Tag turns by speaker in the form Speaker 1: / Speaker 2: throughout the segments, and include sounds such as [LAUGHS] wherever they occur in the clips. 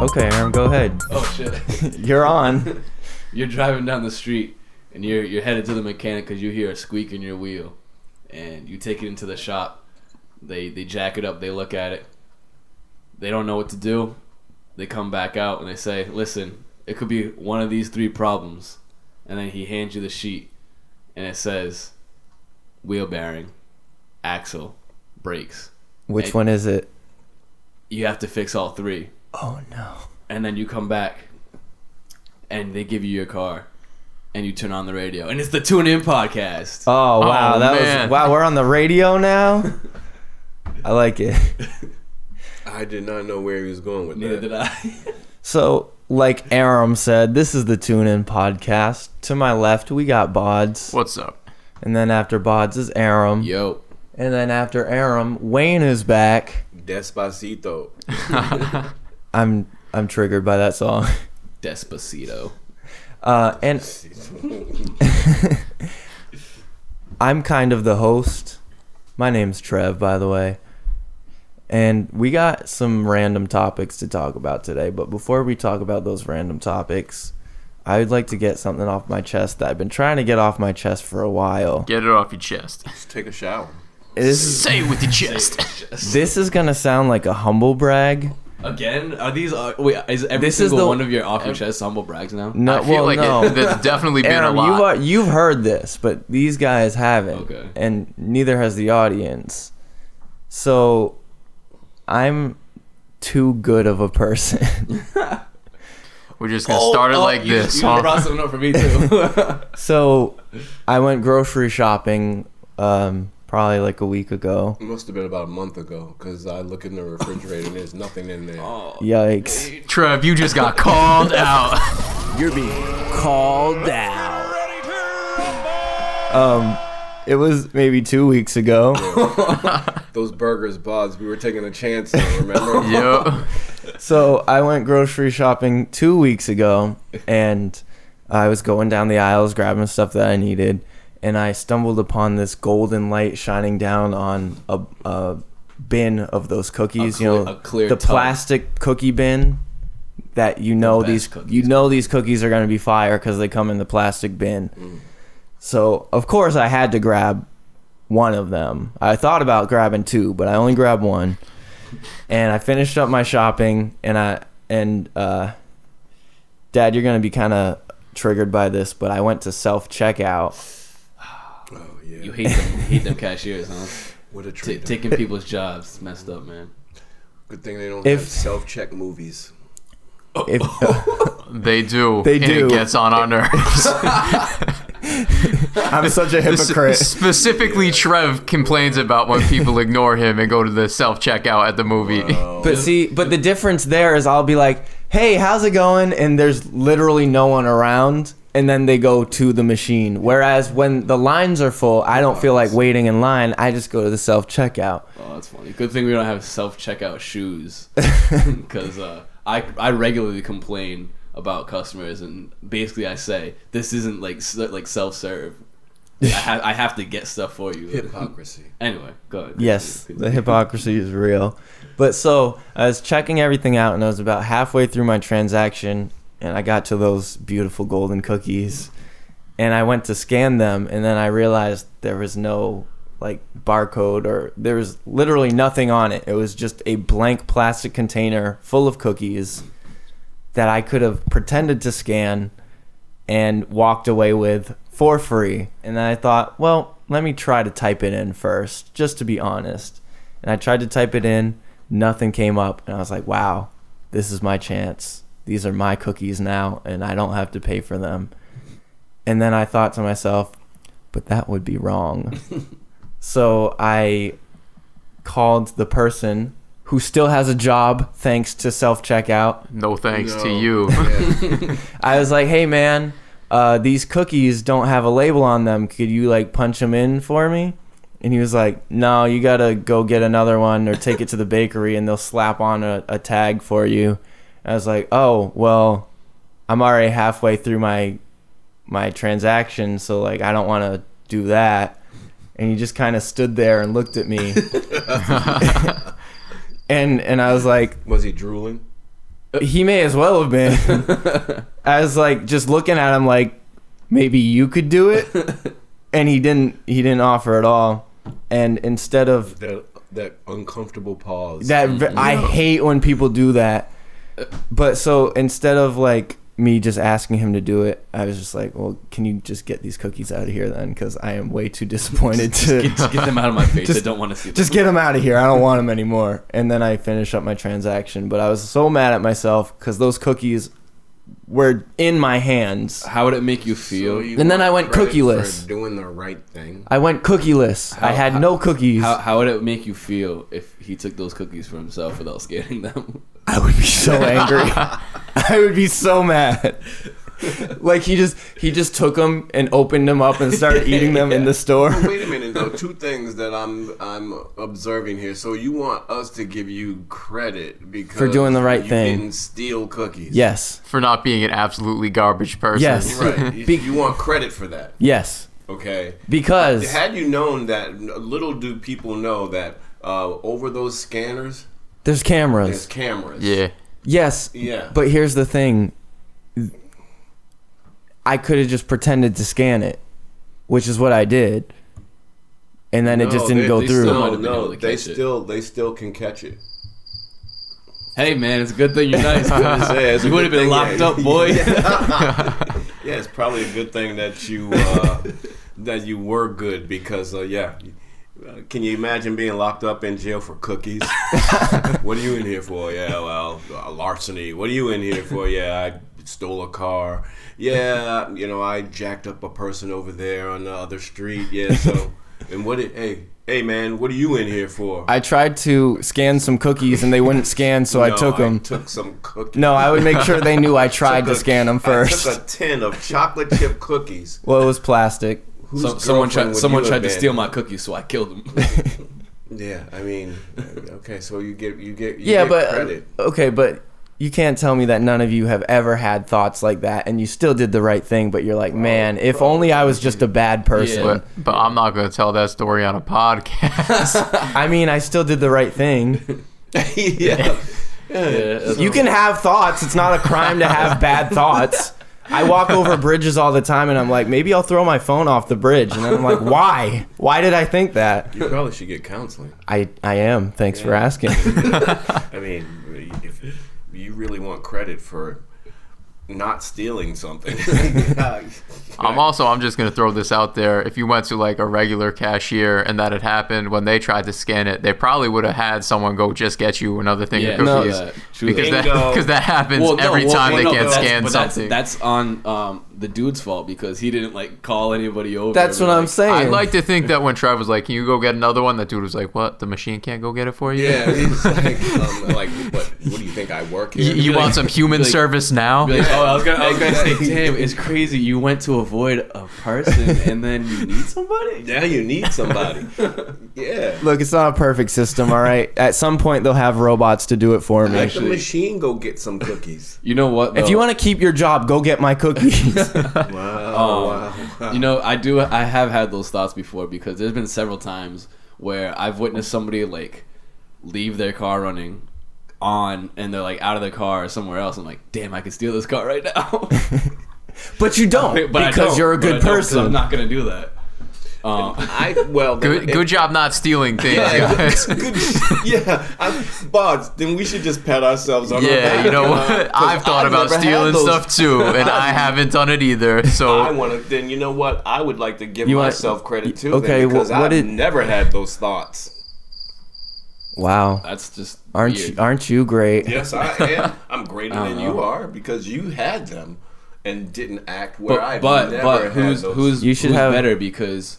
Speaker 1: Okay, Aaron, go ahead.
Speaker 2: Oh shit!
Speaker 1: [LAUGHS]
Speaker 2: [LAUGHS]
Speaker 1: You're on.
Speaker 2: you're driving down the street and you're you're headed to the mechanic because you hear a squeak in your wheel, and you take it into the shop. They they jack it up. They look at it. They don't know what to do. They come back out and they say, "Listen, it could be one of these three problems." And then he hands you the sheet, and it says, "Wheel bearing, axle, brakes."
Speaker 1: Which
Speaker 2: Hey.
Speaker 1: one is it?
Speaker 2: You have to fix all three.
Speaker 1: Oh no.
Speaker 2: and then you come back and they give you your car and you turn on the radio and it's the tune in podcast
Speaker 1: Oh wow,
Speaker 2: Oh,
Speaker 1: that
Speaker 2: man.
Speaker 1: was wow. We're on the radio now. I like it.
Speaker 3: I did not know where he was going with
Speaker 2: neither
Speaker 3: that.
Speaker 2: did i [LAUGHS]
Speaker 1: So, like Aram said, this is the Tune In podcast. To my left, we got Bods,
Speaker 4: What's up?
Speaker 1: and then after Bods is Aram,
Speaker 2: yo
Speaker 1: and then after Aram, Wayne is back.
Speaker 3: Despacito.
Speaker 1: I'm I'm triggered by that song.
Speaker 2: despacito [LAUGHS]
Speaker 1: Uh, and [LAUGHS] I'm kind of the host. My name's Trev, by the way. And we got some random topics to talk about today. But before we talk about those random topics, I would like to get something off my chest that I've been trying to get off my chest for a while.
Speaker 4: Get it off your chest.
Speaker 3: Just take a shower.
Speaker 1: This is,
Speaker 4: Say it with your chest.
Speaker 1: this is going to sound like a humble brag.
Speaker 2: again are these are, wait is every
Speaker 1: This is
Speaker 2: single
Speaker 1: the-
Speaker 2: one of your off your chest humble brags now
Speaker 1: No,
Speaker 4: [LAUGHS] I feel
Speaker 1: well,
Speaker 4: like
Speaker 1: no.
Speaker 4: it, there's definitely been
Speaker 1: Aaron,
Speaker 4: a lot.
Speaker 1: you've al- you've heard this, but these guys haven't,
Speaker 2: Okay.
Speaker 1: and neither has the audience. So, I'm too good of a person. [LAUGHS]
Speaker 4: We're just gonna start it
Speaker 2: Oh,
Speaker 4: like
Speaker 2: you-
Speaker 4: this.
Speaker 2: you
Speaker 4: huh?
Speaker 2: brought something up for me too
Speaker 1: so, I went grocery shopping um, probably like a week ago.
Speaker 3: It must have been about a month ago because I look in the refrigerator and there's nothing in there.
Speaker 1: Oh. Yikes!
Speaker 4: Trev, you just
Speaker 1: [LAUGHS]
Speaker 4: got called out. [LAUGHS]
Speaker 1: Called out. Um, it was maybe two weeks ago.
Speaker 3: Those burgers, Bods, we were taking a chance on, remember?
Speaker 4: Yo,
Speaker 1: So I went grocery shopping two weeks ago, and I was going down the aisles grabbing stuff that I needed, and I stumbled upon this golden light shining down on a, a bin of those cookies. you
Speaker 2: clear-
Speaker 1: know,
Speaker 2: a clear
Speaker 1: the
Speaker 2: tub.
Speaker 1: plastic cookie bin that you know
Speaker 2: best
Speaker 1: these
Speaker 2: cookies.
Speaker 1: you know these cookies are gonna be fire because they come in the plastic bin.
Speaker 2: Mm.
Speaker 1: So of course I had to grab one of them. I thought about grabbing two, but I only grabbed one. And I finished up my shopping, and I and uh, Dad, you're gonna be kind of triggered by this, but I went to self checkout.
Speaker 3: Oh, yeah.
Speaker 2: [LAUGHS] you hate them hate [LAUGHS] them cashiers huh
Speaker 3: what a
Speaker 2: T-
Speaker 3: treat.
Speaker 2: taking people's jobs it's messed up man
Speaker 3: Good thing they don't
Speaker 1: If-
Speaker 3: have self check movies.
Speaker 2: [LAUGHS]
Speaker 1: If [LAUGHS]
Speaker 4: they do.
Speaker 1: They
Speaker 4: and
Speaker 1: do.
Speaker 4: It gets on our nerves.
Speaker 1: I'm such a
Speaker 4: This-
Speaker 1: [LAUGHS] hypocrite,
Speaker 4: [LAUGHS] Specifically, Trev complains about when people ignore him and go to the self checkout at the movie.
Speaker 1: but see, but the difference there is I'll be like, "Hey, how's it going?" and there's literally no one around, and then they go to the machine. Whereas when the lines are full, I don't feel like waiting in line. I just go to the self checkout.
Speaker 2: Oh, that's funny. Good thing we don't have self
Speaker 1: [LAUGHS]
Speaker 2: checkout shoes. Because uh, I, I regularly complain about customers, and basically I say, this isn't like s- like self serve. I, ha- I have to get stuff for you.
Speaker 3: Hypocrisy.
Speaker 2: Anyway, go ahead.
Speaker 1: Yes, the hypocrisy is real. But so I was checking everything out, and I was about halfway through my transaction, and I got to those beautiful golden cookies, and I went to scan them, and then I realized there was no like barcode or there was literally nothing on it. It was just a blank plastic container full of cookies that I could have pretended to scan and walked away with for free. And then I thought, well, let me try to type it in first, just to be honest. And I tried to type it in, nothing came up. And I was like, wow, this is my chance. These are my cookies now, and I don't have to pay for them. And then I thought to myself, but that would be wrong. so I called the person who still has a job thanks to self checkout.
Speaker 4: [LAUGHS] No thanks to
Speaker 3: No.
Speaker 2: [LAUGHS]
Speaker 4: you.
Speaker 3: Yeah.
Speaker 1: I was like, "Hey, man, uh, these cookies don't have a label on them. Could you like punch them in for me?" And he was like, "No, you gotta go get another one or take it to the bakery and they'll slap on a, a tag for you." I was like, "Oh, well, I'm already halfway through my my transaction, so like I don't want to do that." And he just kind of stood there and looked at me. [LAUGHS] and and I was like,
Speaker 3: Was he drooling?
Speaker 1: Uh, he may as well have been.
Speaker 2: [LAUGHS]
Speaker 1: I was like just looking at him like maybe you could do
Speaker 2: [LAUGHS]
Speaker 1: it, and he didn't. He didn't offer at all. And instead of
Speaker 3: That, that uncomfortable pause.
Speaker 1: that, ve- I hate when people do that.
Speaker 2: Uh.
Speaker 1: But so instead of like me just asking him to do it, I was just like, well, can you just get these cookies out of here then? Because I am way too disappointed to
Speaker 2: Get, [LAUGHS] just get them out of my face.
Speaker 1: [LAUGHS]
Speaker 2: I
Speaker 1: Just-
Speaker 2: don't want to see them.
Speaker 1: just get him out of here. I don't want him anymore. And then I finish up my transaction. But I was so mad at myself because those cookies were in my hands.
Speaker 2: How would it make you
Speaker 3: So
Speaker 2: feel?
Speaker 3: you
Speaker 1: And then
Speaker 3: want
Speaker 1: I went
Speaker 3: credit
Speaker 1: cookieless.
Speaker 3: for Doing the right thing.
Speaker 1: I went cookieless. I
Speaker 2: How-
Speaker 1: had
Speaker 2: how-
Speaker 1: no cookies.
Speaker 2: how, how would it make you feel if he took those cookies for himself without scanning them? [LAUGHS]
Speaker 1: I would be so [LAUGHS] angry. I would be so mad. like he just he just took them and opened them up and started eating them [LAUGHS] in the store.
Speaker 3: Wait a minute, though. Two things that I'm I'm observing here. So you want us to give you credit because
Speaker 1: For doing the right
Speaker 3: you
Speaker 1: thing.
Speaker 3: Didn't steal cookies.
Speaker 1: Yes.
Speaker 4: for not being an absolutely garbage person.
Speaker 1: Yes.
Speaker 3: Right.
Speaker 2: [LAUGHS]
Speaker 3: You,
Speaker 1: Be-
Speaker 3: you want credit for that.
Speaker 1: Yes.
Speaker 3: Okay.
Speaker 1: Because
Speaker 3: Had you known that, little do people know that uh, over those scanners,
Speaker 1: there's
Speaker 3: there's
Speaker 1: cameras.
Speaker 3: cameras.
Speaker 4: Yeah.
Speaker 1: Yes.
Speaker 3: Yeah.
Speaker 1: But here's the thing. I could have just pretended to scan it, which is what I did. And then it just
Speaker 3: No,
Speaker 1: didn't
Speaker 3: they-
Speaker 1: go
Speaker 3: they
Speaker 1: through.
Speaker 2: Might
Speaker 3: Still,
Speaker 2: have been able
Speaker 3: no,
Speaker 2: to
Speaker 3: they
Speaker 2: catch it.
Speaker 3: still they still can catch it.
Speaker 2: Hey man, it's a good thing you're nice. 'cause
Speaker 3: [LAUGHS] Yeah, it's a
Speaker 2: you would have
Speaker 3: good
Speaker 2: been
Speaker 3: thing
Speaker 2: locked
Speaker 3: that-
Speaker 1: [LAUGHS]
Speaker 2: up, boy.
Speaker 3: Yeah, it's probably a good thing that you uh,
Speaker 1: [LAUGHS]
Speaker 3: that you were good because uh, yeah. Uh, Can you imagine being locked up in jail
Speaker 1: [LAUGHS]
Speaker 3: for cookies? what are you in here for? Yeah, well, uh, larceny. What are you in here for? Yeah, I stole a car. Yeah, you know, I jacked up a person over there on the other street. Yeah, so and what? Did, hey, hey, man, what are you in here for?
Speaker 1: I tried to scan some cookies and they wouldn't scan, so I
Speaker 3: No,
Speaker 1: took them.
Speaker 3: Took some cookies.
Speaker 1: no, I would
Speaker 3: [LAUGHS]
Speaker 1: make sure they knew I tried
Speaker 3: Took
Speaker 1: to
Speaker 3: a-
Speaker 1: scan them first.
Speaker 3: I took a tin of chocolate
Speaker 2: [LAUGHS]
Speaker 3: chip cookies.
Speaker 1: well, it was plastic.
Speaker 3: Whose
Speaker 2: So, someone
Speaker 3: girlfriend
Speaker 2: tried.
Speaker 3: would
Speaker 2: Someone
Speaker 3: you
Speaker 2: tried to
Speaker 3: have
Speaker 2: steal
Speaker 3: been?
Speaker 2: my cookies, so I killed him. [LAUGHS]
Speaker 3: Yeah, I mean, uh, okay, so you get you get you
Speaker 1: Yeah,
Speaker 3: get
Speaker 1: but uh,
Speaker 3: credit.
Speaker 1: okay, but you can't tell me that none of you have ever had thoughts like that and you still did the right thing, but you're like, man, if only I was just a bad person.
Speaker 2: Yeah.
Speaker 4: But, but I'm not going to tell that story on a podcast.
Speaker 1: I mean, I still did the right thing.
Speaker 3: yeah.
Speaker 2: yeah,
Speaker 1: You can have thoughts. It's not a crime to [LAUGHS] have bad thoughts. I walk over bridges all the time and I'm like, maybe I'll throw my phone off the bridge. And then I'm like, why? Why did I think that?
Speaker 3: You probably should get counseling.
Speaker 1: I, I am. Thanks for asking.
Speaker 3: I mean, if you really want credit for not
Speaker 2: [LAUGHS]
Speaker 3: stealing something. [LAUGHS]
Speaker 4: I'm also I'm just going to throw this out there. If you went to like a regular cashier and that had happened when they tried to scan it, they probably would have had someone go just get you another thing
Speaker 2: yeah,
Speaker 4: of
Speaker 2: no,
Speaker 4: cookies.
Speaker 2: that- true
Speaker 4: Because
Speaker 2: that.
Speaker 4: that,
Speaker 3: Bingo.
Speaker 4: cause that happens every time they
Speaker 2: no,
Speaker 4: can't
Speaker 2: that's-
Speaker 4: scan
Speaker 2: but that's-
Speaker 4: something.
Speaker 2: That's, on um, the dude's fault because he didn't like call anybody
Speaker 1: [LAUGHS]
Speaker 2: over.
Speaker 1: That's
Speaker 2: and
Speaker 1: what
Speaker 2: be
Speaker 1: I'm
Speaker 2: like,
Speaker 1: saying.
Speaker 4: I'd like to think that when Trev was like, "Can you go get another one?" That dude was like, "What? The machine can't go get it for you?
Speaker 3: yeah, it's like, um, like what, what do you think I work
Speaker 4: You,
Speaker 3: here?
Speaker 4: [LAUGHS] you
Speaker 2: like-
Speaker 4: want some human
Speaker 2: be like-
Speaker 4: service now?"
Speaker 2: Be like, oh, I was gonna, I was gonna say,
Speaker 3: Exactly.
Speaker 2: damn, it's crazy. You went to avoid a person and then you need somebody.
Speaker 3: now you
Speaker 2: [LAUGHS]
Speaker 3: need somebody. Yeah.
Speaker 1: Look, it's not a perfect system, all [LAUGHS] right? At some point, they'll have robots to do it for me.
Speaker 3: Let the machine go get some cookies.
Speaker 2: You know what?
Speaker 1: If you want to keep your job, go get my
Speaker 2: [LAUGHS]
Speaker 1: cookies.
Speaker 3: Wow. Oh, wow.
Speaker 2: You know, I do. I have had those thoughts before because there's been several times where I've witnessed somebody like leave their car running on, and they're like out of their car or somewhere else. I'm like, damn, I could steal this car right now.
Speaker 1: but you don't
Speaker 2: [LAUGHS] But I
Speaker 1: because
Speaker 2: don't,
Speaker 1: you're a
Speaker 2: but I
Speaker 1: good
Speaker 2: don't, 'cause
Speaker 1: person.
Speaker 2: I'm not gonna do that. Um,
Speaker 3: I well then
Speaker 4: Good,
Speaker 3: it-
Speaker 4: good job not stealing things,
Speaker 3: Yeah,
Speaker 2: [LAUGHS]
Speaker 4: guys. [LAUGHS]
Speaker 3: good. Yeah, I'm Bods. Then we should just pat ourselves on. the
Speaker 4: Yeah,
Speaker 3: back,
Speaker 4: you know
Speaker 3: uh,
Speaker 4: what?
Speaker 3: 'cause
Speaker 4: [LAUGHS] I've thought about
Speaker 3: never had
Speaker 4: stealing
Speaker 3: those.
Speaker 4: stuff too,
Speaker 2: [LAUGHS]
Speaker 4: and I haven't done it
Speaker 3: [LAUGHS]
Speaker 4: either.
Speaker 3: I
Speaker 4: So
Speaker 3: want to. Then you know what? I would like to give
Speaker 1: You want-
Speaker 3: myself credit too.
Speaker 1: okay,
Speaker 3: then,
Speaker 1: wh-
Speaker 3: because
Speaker 1: what
Speaker 3: I've
Speaker 1: did-
Speaker 3: never had those thoughts.
Speaker 1: Wow.
Speaker 2: that's just
Speaker 1: Aren't
Speaker 2: weird.
Speaker 1: you, uh, aren't you great?
Speaker 3: Yes, I [LAUGHS] am. I'm greater than
Speaker 2: know.
Speaker 3: you are because you had them and didn't act where I
Speaker 2: But but,
Speaker 3: never
Speaker 2: but
Speaker 3: had
Speaker 2: who's
Speaker 3: those.
Speaker 2: who's
Speaker 1: You should
Speaker 2: who's
Speaker 1: have-
Speaker 2: better because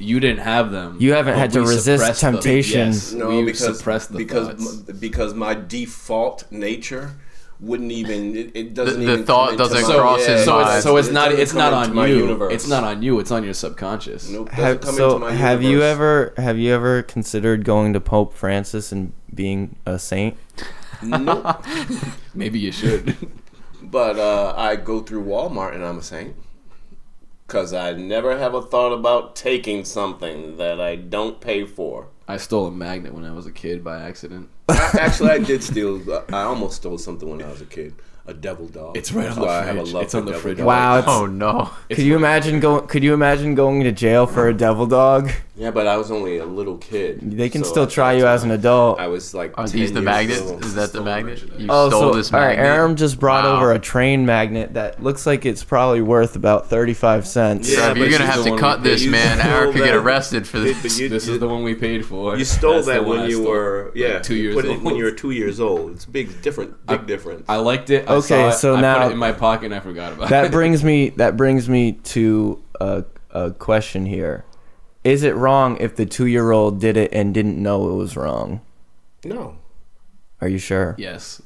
Speaker 2: you didn't have them.
Speaker 1: You haven't
Speaker 2: but
Speaker 1: had to
Speaker 2: we
Speaker 1: resist
Speaker 2: suppressed them.
Speaker 1: temptation.
Speaker 2: Yes,
Speaker 3: No,
Speaker 2: we
Speaker 3: because
Speaker 2: suppressed the
Speaker 3: because
Speaker 2: thoughts.
Speaker 3: m- because my default nature wouldn't even it, it doesn't
Speaker 4: the
Speaker 3: even come
Speaker 4: thought
Speaker 3: into
Speaker 4: doesn't
Speaker 3: my-
Speaker 4: cross his
Speaker 2: so
Speaker 4: mind.
Speaker 2: it's, so it's
Speaker 3: it
Speaker 2: not
Speaker 3: doesn't
Speaker 2: it's
Speaker 3: come
Speaker 2: not
Speaker 3: into
Speaker 2: on
Speaker 3: my
Speaker 2: you.
Speaker 3: universe.
Speaker 2: It's not on you. It's on your subconscious.
Speaker 3: Nope, doesn't
Speaker 1: Have,
Speaker 3: come
Speaker 1: so
Speaker 3: into my
Speaker 1: have you
Speaker 3: universe.
Speaker 1: ever have you ever considered going to Pope Francis and being a saint?
Speaker 3: Nope.
Speaker 2: [LAUGHS] Maybe you should.
Speaker 3: But uh, I go through Walmart and I'm a saint. Because I never have a thought about taking something that I don't
Speaker 1: [LAUGHS]
Speaker 3: pay for.
Speaker 2: I stole a magnet when I was a kid by accident.
Speaker 3: I, actually, I did steal. uh, I almost stole something when I was a kid. A devil dog.
Speaker 2: It's right
Speaker 3: That's
Speaker 2: on the
Speaker 3: why I have a
Speaker 2: fridge.
Speaker 3: love
Speaker 2: It's on
Speaker 3: for
Speaker 2: the
Speaker 3: devil
Speaker 2: fridge.
Speaker 3: dogs.
Speaker 1: Wow, it's,
Speaker 4: [LAUGHS] Oh no.
Speaker 1: could you imagine going? Could you imagine going to jail for a devil dog?
Speaker 3: Yeah, but I was only a little kid.
Speaker 1: They can
Speaker 3: so
Speaker 1: still
Speaker 3: at
Speaker 1: try
Speaker 3: that
Speaker 1: you as
Speaker 3: time,
Speaker 1: an adult.
Speaker 3: I was like.
Speaker 2: Oh,
Speaker 4: Are
Speaker 3: 10
Speaker 4: these the
Speaker 3: years
Speaker 4: magnets?
Speaker 3: old.
Speaker 4: Is that the
Speaker 2: Stole
Speaker 4: magnet?
Speaker 2: original.
Speaker 4: You
Speaker 1: Oh,
Speaker 4: stole
Speaker 1: so
Speaker 4: this
Speaker 1: all right,
Speaker 4: magnet.
Speaker 1: Aram just brought
Speaker 4: Wow.
Speaker 1: over a train magnet that looks like it's probably worth about thirty-five cents.
Speaker 3: Yeah,
Speaker 4: Trev, you're
Speaker 3: but
Speaker 4: gonna
Speaker 3: she's the
Speaker 4: have to
Speaker 3: one
Speaker 4: cut
Speaker 3: we-
Speaker 4: this,
Speaker 1: [LAUGHS]
Speaker 3: you
Speaker 4: man.
Speaker 3: stole
Speaker 4: Eric could get
Speaker 3: that.
Speaker 4: arrested for
Speaker 3: Did-
Speaker 4: this.
Speaker 3: but you-
Speaker 2: This is the one we paid for.
Speaker 3: You stole
Speaker 2: That's the
Speaker 3: that
Speaker 2: one I
Speaker 3: when you
Speaker 2: stole.
Speaker 3: were
Speaker 2: Like,
Speaker 3: yeah
Speaker 2: two
Speaker 3: you
Speaker 2: years
Speaker 3: put it
Speaker 2: old.
Speaker 3: When you were two years old, it's big different, big difference.
Speaker 2: I liked it. I
Speaker 1: Okay,
Speaker 2: saw it,
Speaker 1: so
Speaker 2: I
Speaker 1: now-
Speaker 2: put it in my pocket and I forgot about
Speaker 1: that
Speaker 2: [LAUGHS] it.
Speaker 1: brings me that brings me to a, a question here is it wrong if the two-year-old did it and didn't know it was wrong
Speaker 3: no,
Speaker 1: are you sure
Speaker 2: yes.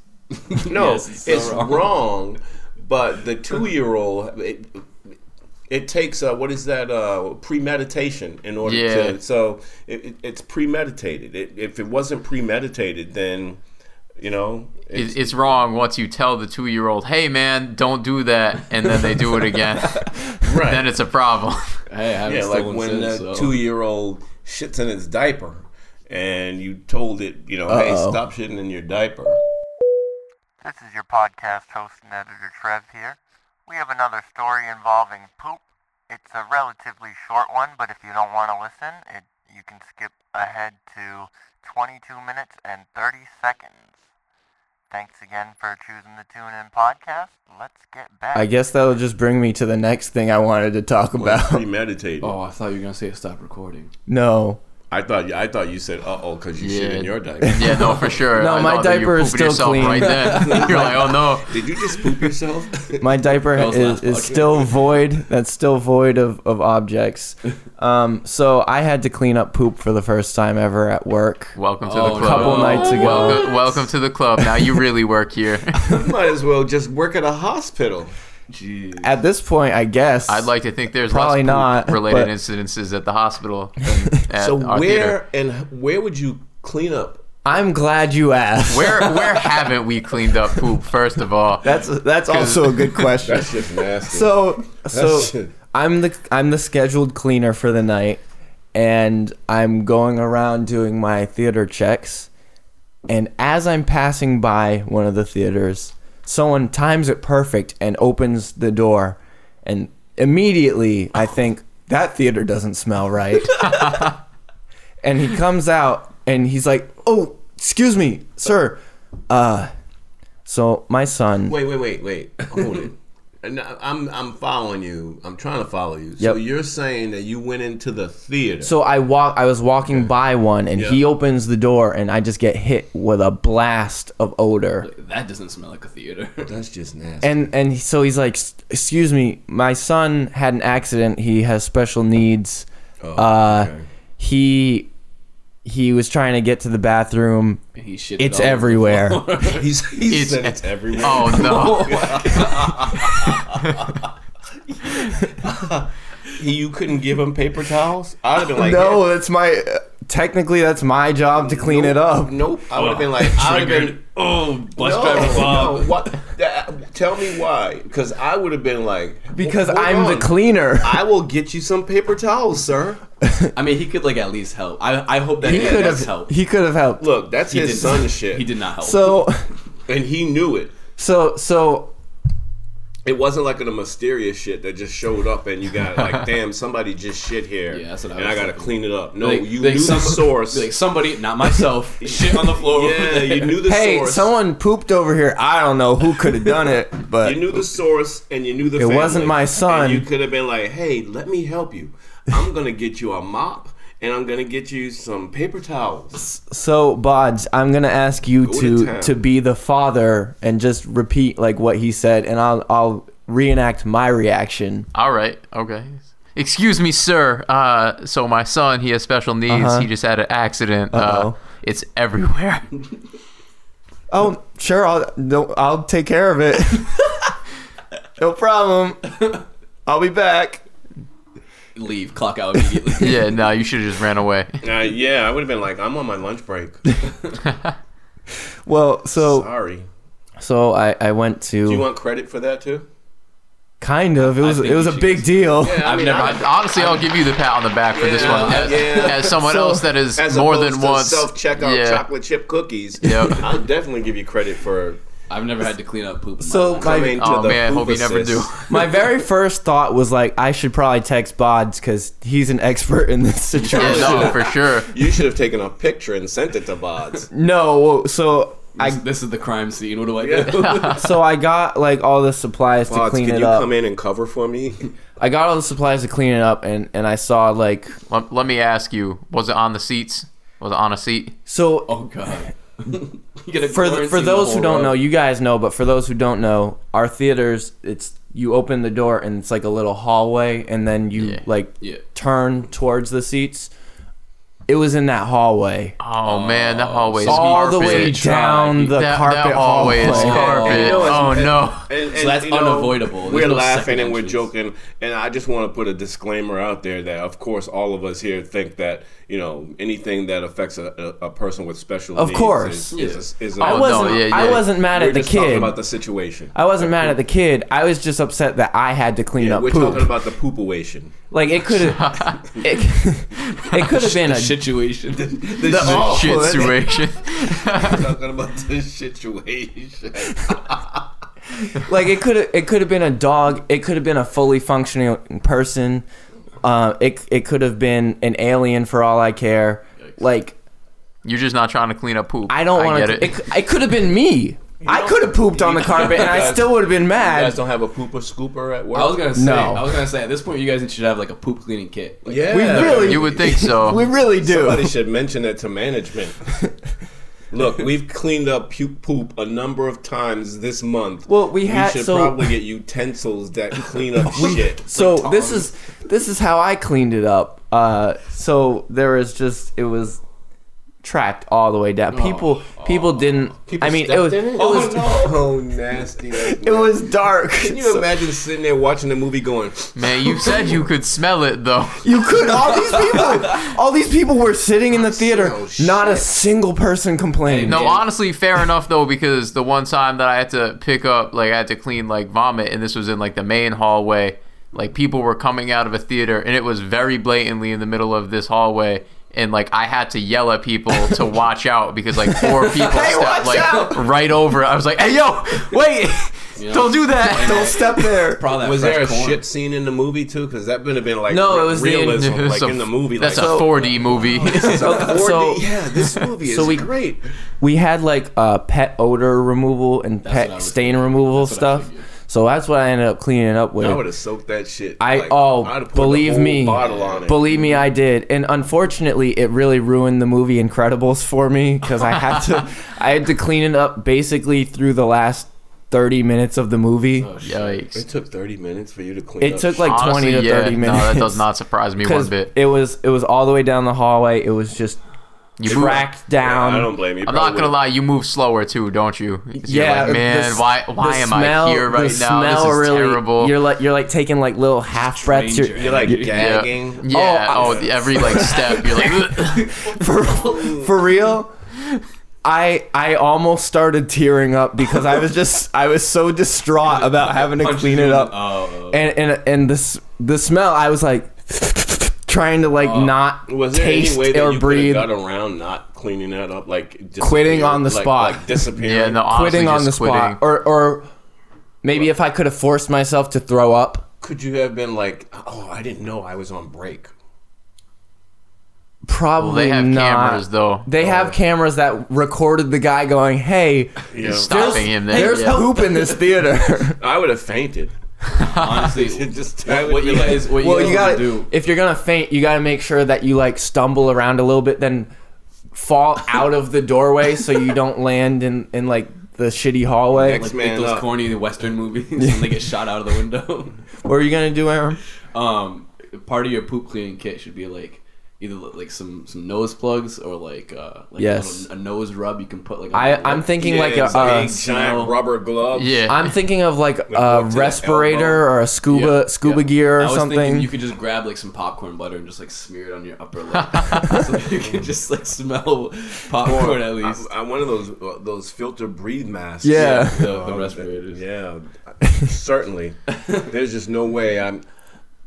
Speaker 3: no,
Speaker 2: Yes,
Speaker 3: it's,
Speaker 2: so
Speaker 3: [LAUGHS] wrong. But the two-year-old, it, it takes uh, what is that uh, premeditation in order
Speaker 4: Yeah.
Speaker 3: to. So it, it, it's premeditated. It, if it wasn't premeditated, then you know
Speaker 4: It- It's wrong once you tell the two-year-old, "Hey, man, don't do that," and then they do it
Speaker 1: [LAUGHS]
Speaker 4: again.
Speaker 3: Right.
Speaker 4: Then it's a problem. [LAUGHS]
Speaker 2: Hey, I haven't
Speaker 3: Yeah, like
Speaker 2: stolen
Speaker 3: when
Speaker 2: since, so.
Speaker 3: the two-year-old shits in its diaper, and you told it, you know, hey,
Speaker 1: Uh-oh.
Speaker 3: stop shitting in your diaper.
Speaker 5: This is your podcast host and editor Trev here. We have another story involving poop. It's a relatively short one, but if you don't want to listen, it, you can skip ahead to 22 minutes and 30 seconds. Thanks again for choosing the TuneIn podcast. Let's get back.
Speaker 1: i guess that'll just bring me to the next thing i wanted to talk
Speaker 3: Well, it's
Speaker 1: about
Speaker 3: premeditated.
Speaker 2: Oh, I thought you were gonna say stop recording.
Speaker 1: no
Speaker 3: I thought I thought you said uh oh because you shit
Speaker 4: Yeah.
Speaker 3: in your diaper.
Speaker 4: Yeah, no, for sure.
Speaker 1: No,
Speaker 4: I
Speaker 1: my
Speaker 4: thought that you were
Speaker 1: diaper is
Speaker 4: pooping
Speaker 1: still
Speaker 4: yourself
Speaker 1: clean. [LAUGHS]
Speaker 4: Right then, you're like, "Oh no."
Speaker 3: Did you just poop yourself?
Speaker 1: my diaper
Speaker 2: That was
Speaker 1: is,
Speaker 2: last
Speaker 1: is
Speaker 2: podcast.
Speaker 1: still void that's still void of, of
Speaker 2: [LAUGHS]
Speaker 1: objects um, so i had to clean up poop for the first time ever at work
Speaker 4: Welcome to
Speaker 2: Oh,
Speaker 4: the
Speaker 2: no.
Speaker 4: club.
Speaker 1: Couple nights ago.
Speaker 4: Welcome, welcome to the club. Now you really
Speaker 1: [LAUGHS]
Speaker 4: work here.
Speaker 3: Might as well just work at a hospital.
Speaker 2: Jeez.
Speaker 1: at this point i guess
Speaker 4: I'd like to think there's
Speaker 1: Probably
Speaker 4: less
Speaker 1: not, but-
Speaker 4: related incidences at the hospital
Speaker 1: [LAUGHS]
Speaker 4: than at
Speaker 3: so
Speaker 4: our
Speaker 3: where
Speaker 4: theater.
Speaker 3: and where would you clean up?
Speaker 1: i'm glad you asked
Speaker 4: Where where haven't we cleaned up poop? First of
Speaker 1: [LAUGHS]
Speaker 4: all,
Speaker 1: that's that's
Speaker 2: [LAUGHS]
Speaker 1: also a good question
Speaker 3: That's just nasty.
Speaker 1: so so
Speaker 3: shit.
Speaker 1: I'm the I'm the scheduled cleaner for the night and I'm going around doing my theater checks and as I'm passing by one of the theaters someone times it perfect and opens the door and immediately I think that theater doesn't smell right and he comes out and he's like oh excuse me sir uh so my son
Speaker 3: wait, wait, wait, wait. Hold it. And I- I'm I'm following you. I'm trying to follow you. So
Speaker 1: Yep.
Speaker 3: you're saying that you went into the theater.
Speaker 1: So I walk. I was walking by one, and he
Speaker 3: Yeah.
Speaker 1: opens the door, and I just get hit with a blast of odor.
Speaker 2: That doesn't smell like a theater. [LAUGHS]
Speaker 3: that's just nasty.
Speaker 1: And and so he's like, "S- "Excuse me, my son had an accident. He has special needs.
Speaker 3: Oh,
Speaker 1: uh,
Speaker 3: okay.
Speaker 1: He he was trying to get to the bathroom.
Speaker 2: he shit.
Speaker 1: It's everywhere.
Speaker 3: He's, he
Speaker 4: It's-
Speaker 3: said [LAUGHS] it's everywhere.
Speaker 4: oh
Speaker 1: [LAUGHS]
Speaker 4: no,
Speaker 3: He- you couldn't give him paper towels? I'd have been [LAUGHS] like,
Speaker 1: no, that's my. Technically, that's my job to clean it up.
Speaker 3: Nope. I would have been like, I would have been.
Speaker 2: Oh, bus
Speaker 3: No,
Speaker 2: driver Bob.
Speaker 3: no, what? that- tell me why. Because I would have been like,
Speaker 1: Because
Speaker 3: "Hold
Speaker 1: I'm the
Speaker 3: on.
Speaker 1: cleaner.
Speaker 3: I will get you some paper towels, sir.
Speaker 2: I mean, he could like at least help. I, I hope that
Speaker 1: He
Speaker 2: he
Speaker 1: could
Speaker 2: does
Speaker 1: have.
Speaker 2: help.
Speaker 1: He could have helped.
Speaker 3: Look,
Speaker 2: [LAUGHS]
Speaker 3: that's
Speaker 2: He
Speaker 3: his
Speaker 2: did-
Speaker 3: son shit.
Speaker 2: He did not help.
Speaker 1: So
Speaker 3: and he knew it.
Speaker 1: so so
Speaker 3: It wasn't like a mysterious shit that just showed up and you
Speaker 2: [LAUGHS]
Speaker 3: got like, damn, somebody just shit here.
Speaker 2: Yeah, that's what I
Speaker 3: and
Speaker 2: was
Speaker 3: I gotta
Speaker 2: thinking.
Speaker 3: clean it up. No,
Speaker 2: Like-
Speaker 3: you
Speaker 2: like
Speaker 3: knew the
Speaker 2: some-
Speaker 3: source.
Speaker 2: Like somebody, not
Speaker 3: [LAUGHS]
Speaker 2: myself, [LAUGHS] shit on the floor. [LAUGHS]
Speaker 3: yeah, you knew the
Speaker 1: hey,
Speaker 3: source.
Speaker 1: someone pooped over here. I don't know who [LAUGHS] could have done it, but
Speaker 3: You knew the source and you knew the. It
Speaker 1: wasn't my son.
Speaker 3: And you could have been like, "Hey, let me help you. I'm gonna get you a mop and I'm gonna get you some paper towels."
Speaker 1: So Bodge, I'm gonna ask you
Speaker 3: Go
Speaker 1: to
Speaker 3: to town.
Speaker 1: to be the father and just repeat like what he said, and I'll I'll reenact my reaction.
Speaker 4: all right, okay. Excuse me, sir. Uh, so my son, he has special needs. He just had an accident. Uh,
Speaker 1: Uh-huh. Uh-oh.
Speaker 4: it's everywhere. [LAUGHS]
Speaker 1: Oh, sure, I'll no, I'll take care of it. [LAUGHS] no problem. I'll be back.
Speaker 2: Leave. Clock out
Speaker 1: [LAUGHS]
Speaker 2: immediately.
Speaker 4: yeah, no, you should have just ran away.
Speaker 3: Uh, yeah, I would have been like, "I'm on my lunch
Speaker 4: [LAUGHS]
Speaker 3: break.
Speaker 1: Well, so
Speaker 3: Sorry."
Speaker 1: so I I went to
Speaker 3: Do you want credit for that too?
Speaker 1: Kind of. It was
Speaker 2: think
Speaker 1: it was
Speaker 2: you
Speaker 1: a
Speaker 2: should
Speaker 1: big
Speaker 2: just-
Speaker 1: deal.
Speaker 3: Yeah, I
Speaker 2: I've
Speaker 3: mean,
Speaker 2: never-
Speaker 3: I-
Speaker 4: I, honestly, I'll give you the pat on the back for this
Speaker 2: Yeah,
Speaker 4: one. As,
Speaker 3: yeah.
Speaker 4: as someone
Speaker 1: So-
Speaker 4: else that is
Speaker 3: as
Speaker 4: more
Speaker 3: opposed
Speaker 4: than
Speaker 3: to
Speaker 4: once
Speaker 3: self-checkout
Speaker 4: yeah.
Speaker 3: chocolate chip cookies. [LAUGHS]
Speaker 4: Yep.
Speaker 3: I'll definitely give you credit for
Speaker 2: I've never had to clean up poop. In
Speaker 1: So,
Speaker 2: my life.
Speaker 1: my-
Speaker 3: coming
Speaker 4: Oh,
Speaker 3: to the
Speaker 4: man,
Speaker 3: poop
Speaker 4: hope you never
Speaker 3: assist.
Speaker 4: do. [LAUGHS]
Speaker 1: My very first thought was like, I should probably text Bods because he's an expert in this
Speaker 4: Yeah,
Speaker 1: situation.
Speaker 4: no, for sure.
Speaker 3: You should have taken a picture and sent it to Bods.
Speaker 4: [LAUGHS]
Speaker 1: no, well, so
Speaker 2: this,
Speaker 1: I
Speaker 2: this is the crime scene. What do I do? [LAUGHS]
Speaker 3: Yeah.
Speaker 1: so I got like all the supplies to
Speaker 3: Bods,
Speaker 1: clean
Speaker 3: can
Speaker 1: it
Speaker 3: you
Speaker 1: up.
Speaker 3: come in and cover for me?
Speaker 1: I got all the supplies to clean it up, and and I saw like
Speaker 4: Let, let me ask you: Was it on the seats? Was it on a seat?
Speaker 1: so
Speaker 2: oh god. [LAUGHS] You gotta
Speaker 1: for th- for
Speaker 2: quarantine the
Speaker 1: those who
Speaker 2: whole
Speaker 1: don't
Speaker 2: row.
Speaker 1: know, you guys know, but for those who don't know, our theaters it's you open the door and it's like a little hallway, and then you
Speaker 4: Yeah.
Speaker 1: like
Speaker 2: Yeah.
Speaker 1: turn towards the seats. It was in that hallway,
Speaker 4: Oh, man, that hallway is
Speaker 1: all the way
Speaker 4: carpet.
Speaker 2: tried.
Speaker 1: down the
Speaker 4: that,
Speaker 1: carpet
Speaker 4: that
Speaker 1: hallway.
Speaker 4: hallway is
Speaker 2: And
Speaker 4: carpet.
Speaker 2: you know
Speaker 3: it's-
Speaker 4: Oh no.
Speaker 3: And,
Speaker 2: So that's
Speaker 3: you know,
Speaker 2: unavoidable. There's
Speaker 3: we're
Speaker 2: no
Speaker 3: laughing
Speaker 2: second
Speaker 3: and we're
Speaker 2: entrance.
Speaker 3: joking, and I just want to put a disclaimer out there that, of course, all of us here think that you know anything that affects a, a, a person with special
Speaker 1: Of
Speaker 3: needs
Speaker 1: course.
Speaker 3: is, is, is a,
Speaker 1: I
Speaker 4: no,
Speaker 1: wasn't.
Speaker 4: yeah,
Speaker 1: I
Speaker 4: yeah.
Speaker 1: wasn't mad
Speaker 3: we're
Speaker 1: at the
Speaker 3: just talking
Speaker 1: kid.
Speaker 3: about the situation.
Speaker 1: I wasn't mad at the kid. I was just upset that I had to clean up
Speaker 3: we're
Speaker 1: poop.
Speaker 3: talking about
Speaker 1: [LAUGHS]
Speaker 3: the poopation.
Speaker 1: like it
Speaker 3: [LAUGHS]
Speaker 1: could have. it [LAUGHS] it could have been a
Speaker 2: situation. [LAUGHS]
Speaker 3: The
Speaker 4: Oh, shit
Speaker 3: that-
Speaker 4: situation.
Speaker 3: talking about the [LAUGHS] situation.
Speaker 1: like it could have it could have been a dog it could have been a fully functioning person uh, it it could have been an alien for all I care like
Speaker 4: [LAUGHS] You're just not trying to clean up poop.
Speaker 1: I don't want
Speaker 4: get
Speaker 1: to
Speaker 4: it.
Speaker 1: it, it could have been me I could have pooped on the carpet and I still would have been
Speaker 3: You
Speaker 1: mad
Speaker 3: guys don't have a pooper scooper at work.
Speaker 2: I was gonna say.
Speaker 1: No.
Speaker 2: I was gonna say at this point, you guys should have like a poop cleaning kit. Like,
Speaker 3: yeah,
Speaker 1: we really
Speaker 4: You would
Speaker 1: [LAUGHS]
Speaker 4: think so.
Speaker 1: we really do
Speaker 3: Somebody should mention it
Speaker 1: [LAUGHS]
Speaker 3: to management. Look, we've cleaned up pu- poop a number of times this month.
Speaker 1: Well, we had-
Speaker 3: should
Speaker 1: so- Oh,
Speaker 3: probably get utensils that clean
Speaker 1: [LAUGHS]
Speaker 3: up shit.
Speaker 1: so this is this is how I cleaned it up uh so there was just it was trapped all the way down people people didn't I mean it was
Speaker 3: Stepped in
Speaker 1: it
Speaker 3: Oh
Speaker 1: was [LAUGHS]
Speaker 3: no! Oh nasty!
Speaker 1: it was dark
Speaker 3: Can you imagine sitting there watching the
Speaker 1: [LAUGHS]
Speaker 3: movie going?
Speaker 4: Man, you said you could smell it though.
Speaker 1: You could. All these people. All these people were sitting in the theater.
Speaker 3: Oh, shit.
Speaker 1: not a single person complained.
Speaker 4: No,
Speaker 2: Yeah.
Speaker 4: honestly, fair enough though, because the one time that I had to pick up, like, I had to clean like vomit, and this was in like the main hallway. Like, people were coming out of a theater, and it was very blatantly in the middle of this hallway. And like, I had to yell at people
Speaker 1: [LAUGHS]
Speaker 4: to watch out because like four people
Speaker 1: Hey, watch
Speaker 4: stepped like
Speaker 1: out!
Speaker 4: right over. I was like, "Hey, yo, wait, don't do that."
Speaker 1: Don't step there.
Speaker 2: Probably that
Speaker 3: Was there a
Speaker 2: fresh corn.
Speaker 3: shit scene in the movie too? Because that would have been like
Speaker 1: No, it
Speaker 3: re-
Speaker 1: was the-
Speaker 4: [LAUGHS]
Speaker 3: realism,
Speaker 4: It's
Speaker 3: like
Speaker 4: a-
Speaker 3: in the movie.
Speaker 4: That's
Speaker 3: like,
Speaker 4: a
Speaker 3: [LAUGHS]
Speaker 4: 4D movie.
Speaker 3: Or
Speaker 1: So-
Speaker 3: the- yeah, this movie
Speaker 1: [LAUGHS]
Speaker 3: is
Speaker 1: so we-
Speaker 3: great.
Speaker 1: We had like uh, pet odor removal and
Speaker 2: what I
Speaker 1: pet
Speaker 2: was
Speaker 1: stain removal
Speaker 2: That's what I
Speaker 1: stuff.
Speaker 2: figured.
Speaker 1: So that's what I ended up cleaning up with.
Speaker 3: I would have soaked that shit.
Speaker 1: I
Speaker 3: like, I'd
Speaker 1: oh
Speaker 3: have put the
Speaker 1: believe
Speaker 3: whole
Speaker 1: me,
Speaker 3: Bottle on it.
Speaker 1: believe me, I did. And unfortunately, it really ruined the movie Incredibles for me because I had to,
Speaker 3: [LAUGHS]
Speaker 1: I had to clean it up basically through the last thirty minutes of the movie.
Speaker 2: Oh, shit.
Speaker 4: Yikes.
Speaker 3: it took 30 minutes for you to clean.
Speaker 1: It
Speaker 3: up
Speaker 1: took
Speaker 3: shit.
Speaker 1: like
Speaker 4: Honestly,
Speaker 1: twenty to
Speaker 4: yeah,
Speaker 1: thirty
Speaker 4: no,
Speaker 1: minutes.
Speaker 4: that
Speaker 1: [LAUGHS]
Speaker 4: does not surprise me one
Speaker 1: Because
Speaker 4: bit.
Speaker 1: it was it was all the way down the hallway. It was just
Speaker 4: You move-
Speaker 1: tracked down.
Speaker 3: I don't blame you.
Speaker 4: I'm not
Speaker 3: probably
Speaker 4: gonna lie, you move slower too, don't you? 'Cause you're
Speaker 1: yeah,
Speaker 4: like, man,
Speaker 1: the-
Speaker 4: why
Speaker 1: the
Speaker 4: why am
Speaker 1: smell-
Speaker 4: I here
Speaker 1: the
Speaker 4: right now? This
Speaker 1: smell
Speaker 4: is terrible.
Speaker 1: You're like you're like taking like little half breaths.
Speaker 2: Stranger
Speaker 1: You're-
Speaker 3: would've. You're like
Speaker 2: Yeah.
Speaker 4: yeah,
Speaker 3: gagging.
Speaker 4: yeah.
Speaker 1: I-
Speaker 4: Oh, the- every like step,
Speaker 1: [LAUGHS]
Speaker 4: you're like, [LAUGHS] "Ugh."
Speaker 1: For, for real, I I almost started tearing up because I was just I was so distraught about having to
Speaker 2: Punches
Speaker 1: clean
Speaker 2: you in
Speaker 1: it
Speaker 2: the-
Speaker 1: up.
Speaker 2: Oh,
Speaker 1: and and and this the smell I was like trying to like not
Speaker 3: Oh. Was there
Speaker 1: taste
Speaker 3: any way that
Speaker 1: or
Speaker 3: you
Speaker 1: breathe.
Speaker 3: breathe. got around not cleaning that up, like
Speaker 1: Quitting on the
Speaker 3: disappearing,
Speaker 1: spot.
Speaker 3: like, like disappearing?
Speaker 4: yeah, no, honestly,
Speaker 1: quitting on the
Speaker 4: just quitting.
Speaker 1: spot or or maybe if I could have forced myself to throw up
Speaker 3: Could you have been like, oh, I didn't know I was on break.
Speaker 1: probably
Speaker 4: Well, they have
Speaker 1: not.
Speaker 4: cameras though.
Speaker 1: They
Speaker 3: Oh.
Speaker 1: have cameras that recorded the guy going, "Hey,
Speaker 3: You know,
Speaker 4: Stop. Stopping him there,
Speaker 1: there's
Speaker 4: yeah.
Speaker 1: poop in this theater." [LAUGHS]
Speaker 3: I would have fainted.
Speaker 2: honestly,
Speaker 3: It [LAUGHS] just
Speaker 2: what, what you guys, what
Speaker 1: well,
Speaker 2: you
Speaker 1: you got
Speaker 2: guys would do?
Speaker 1: to if you're gonna faint, you gotta make sure that you like stumble around a little bit, then fall out of the doorway so you
Speaker 2: [LAUGHS]
Speaker 1: don't land in in like the shitty hallway.
Speaker 3: Next-
Speaker 2: Like,
Speaker 3: Man
Speaker 2: like those
Speaker 3: up.
Speaker 2: corny Western
Speaker 1: [LAUGHS]
Speaker 2: movies when they get shot out of the window.
Speaker 1: What are you gonna do, Aaron?
Speaker 2: um, part of your poop cleaning kit should be like either like some some nose plugs or like uh like
Speaker 1: Yes.
Speaker 2: a, little, a nose rub you can put like
Speaker 1: I
Speaker 2: on the-
Speaker 1: I'm thinking
Speaker 3: Yeah,
Speaker 1: like a.
Speaker 3: it's big,
Speaker 1: Uh,
Speaker 3: giant rubber glove.
Speaker 4: Yeah,
Speaker 1: I'm thinking of like
Speaker 3: go
Speaker 1: a
Speaker 3: up to the
Speaker 1: respirator
Speaker 3: elbow.
Speaker 1: or a scuba
Speaker 2: Yeah,
Speaker 1: scuba
Speaker 2: yeah.
Speaker 1: gear
Speaker 2: I
Speaker 1: or
Speaker 2: was
Speaker 1: something.
Speaker 2: Thinking you could just grab like some popcorn butter and just like smear it on your upper lip, [LAUGHS] so you [LAUGHS] can just like smell popcorn at
Speaker 3: I,
Speaker 2: least.
Speaker 3: I, one of those uh, those filter breathe
Speaker 1: [LAUGHS]
Speaker 3: masks.
Speaker 1: Yeah.
Speaker 2: The- the
Speaker 3: Um,
Speaker 2: respirators.
Speaker 3: Yeah, certainly. There's just no way I'm.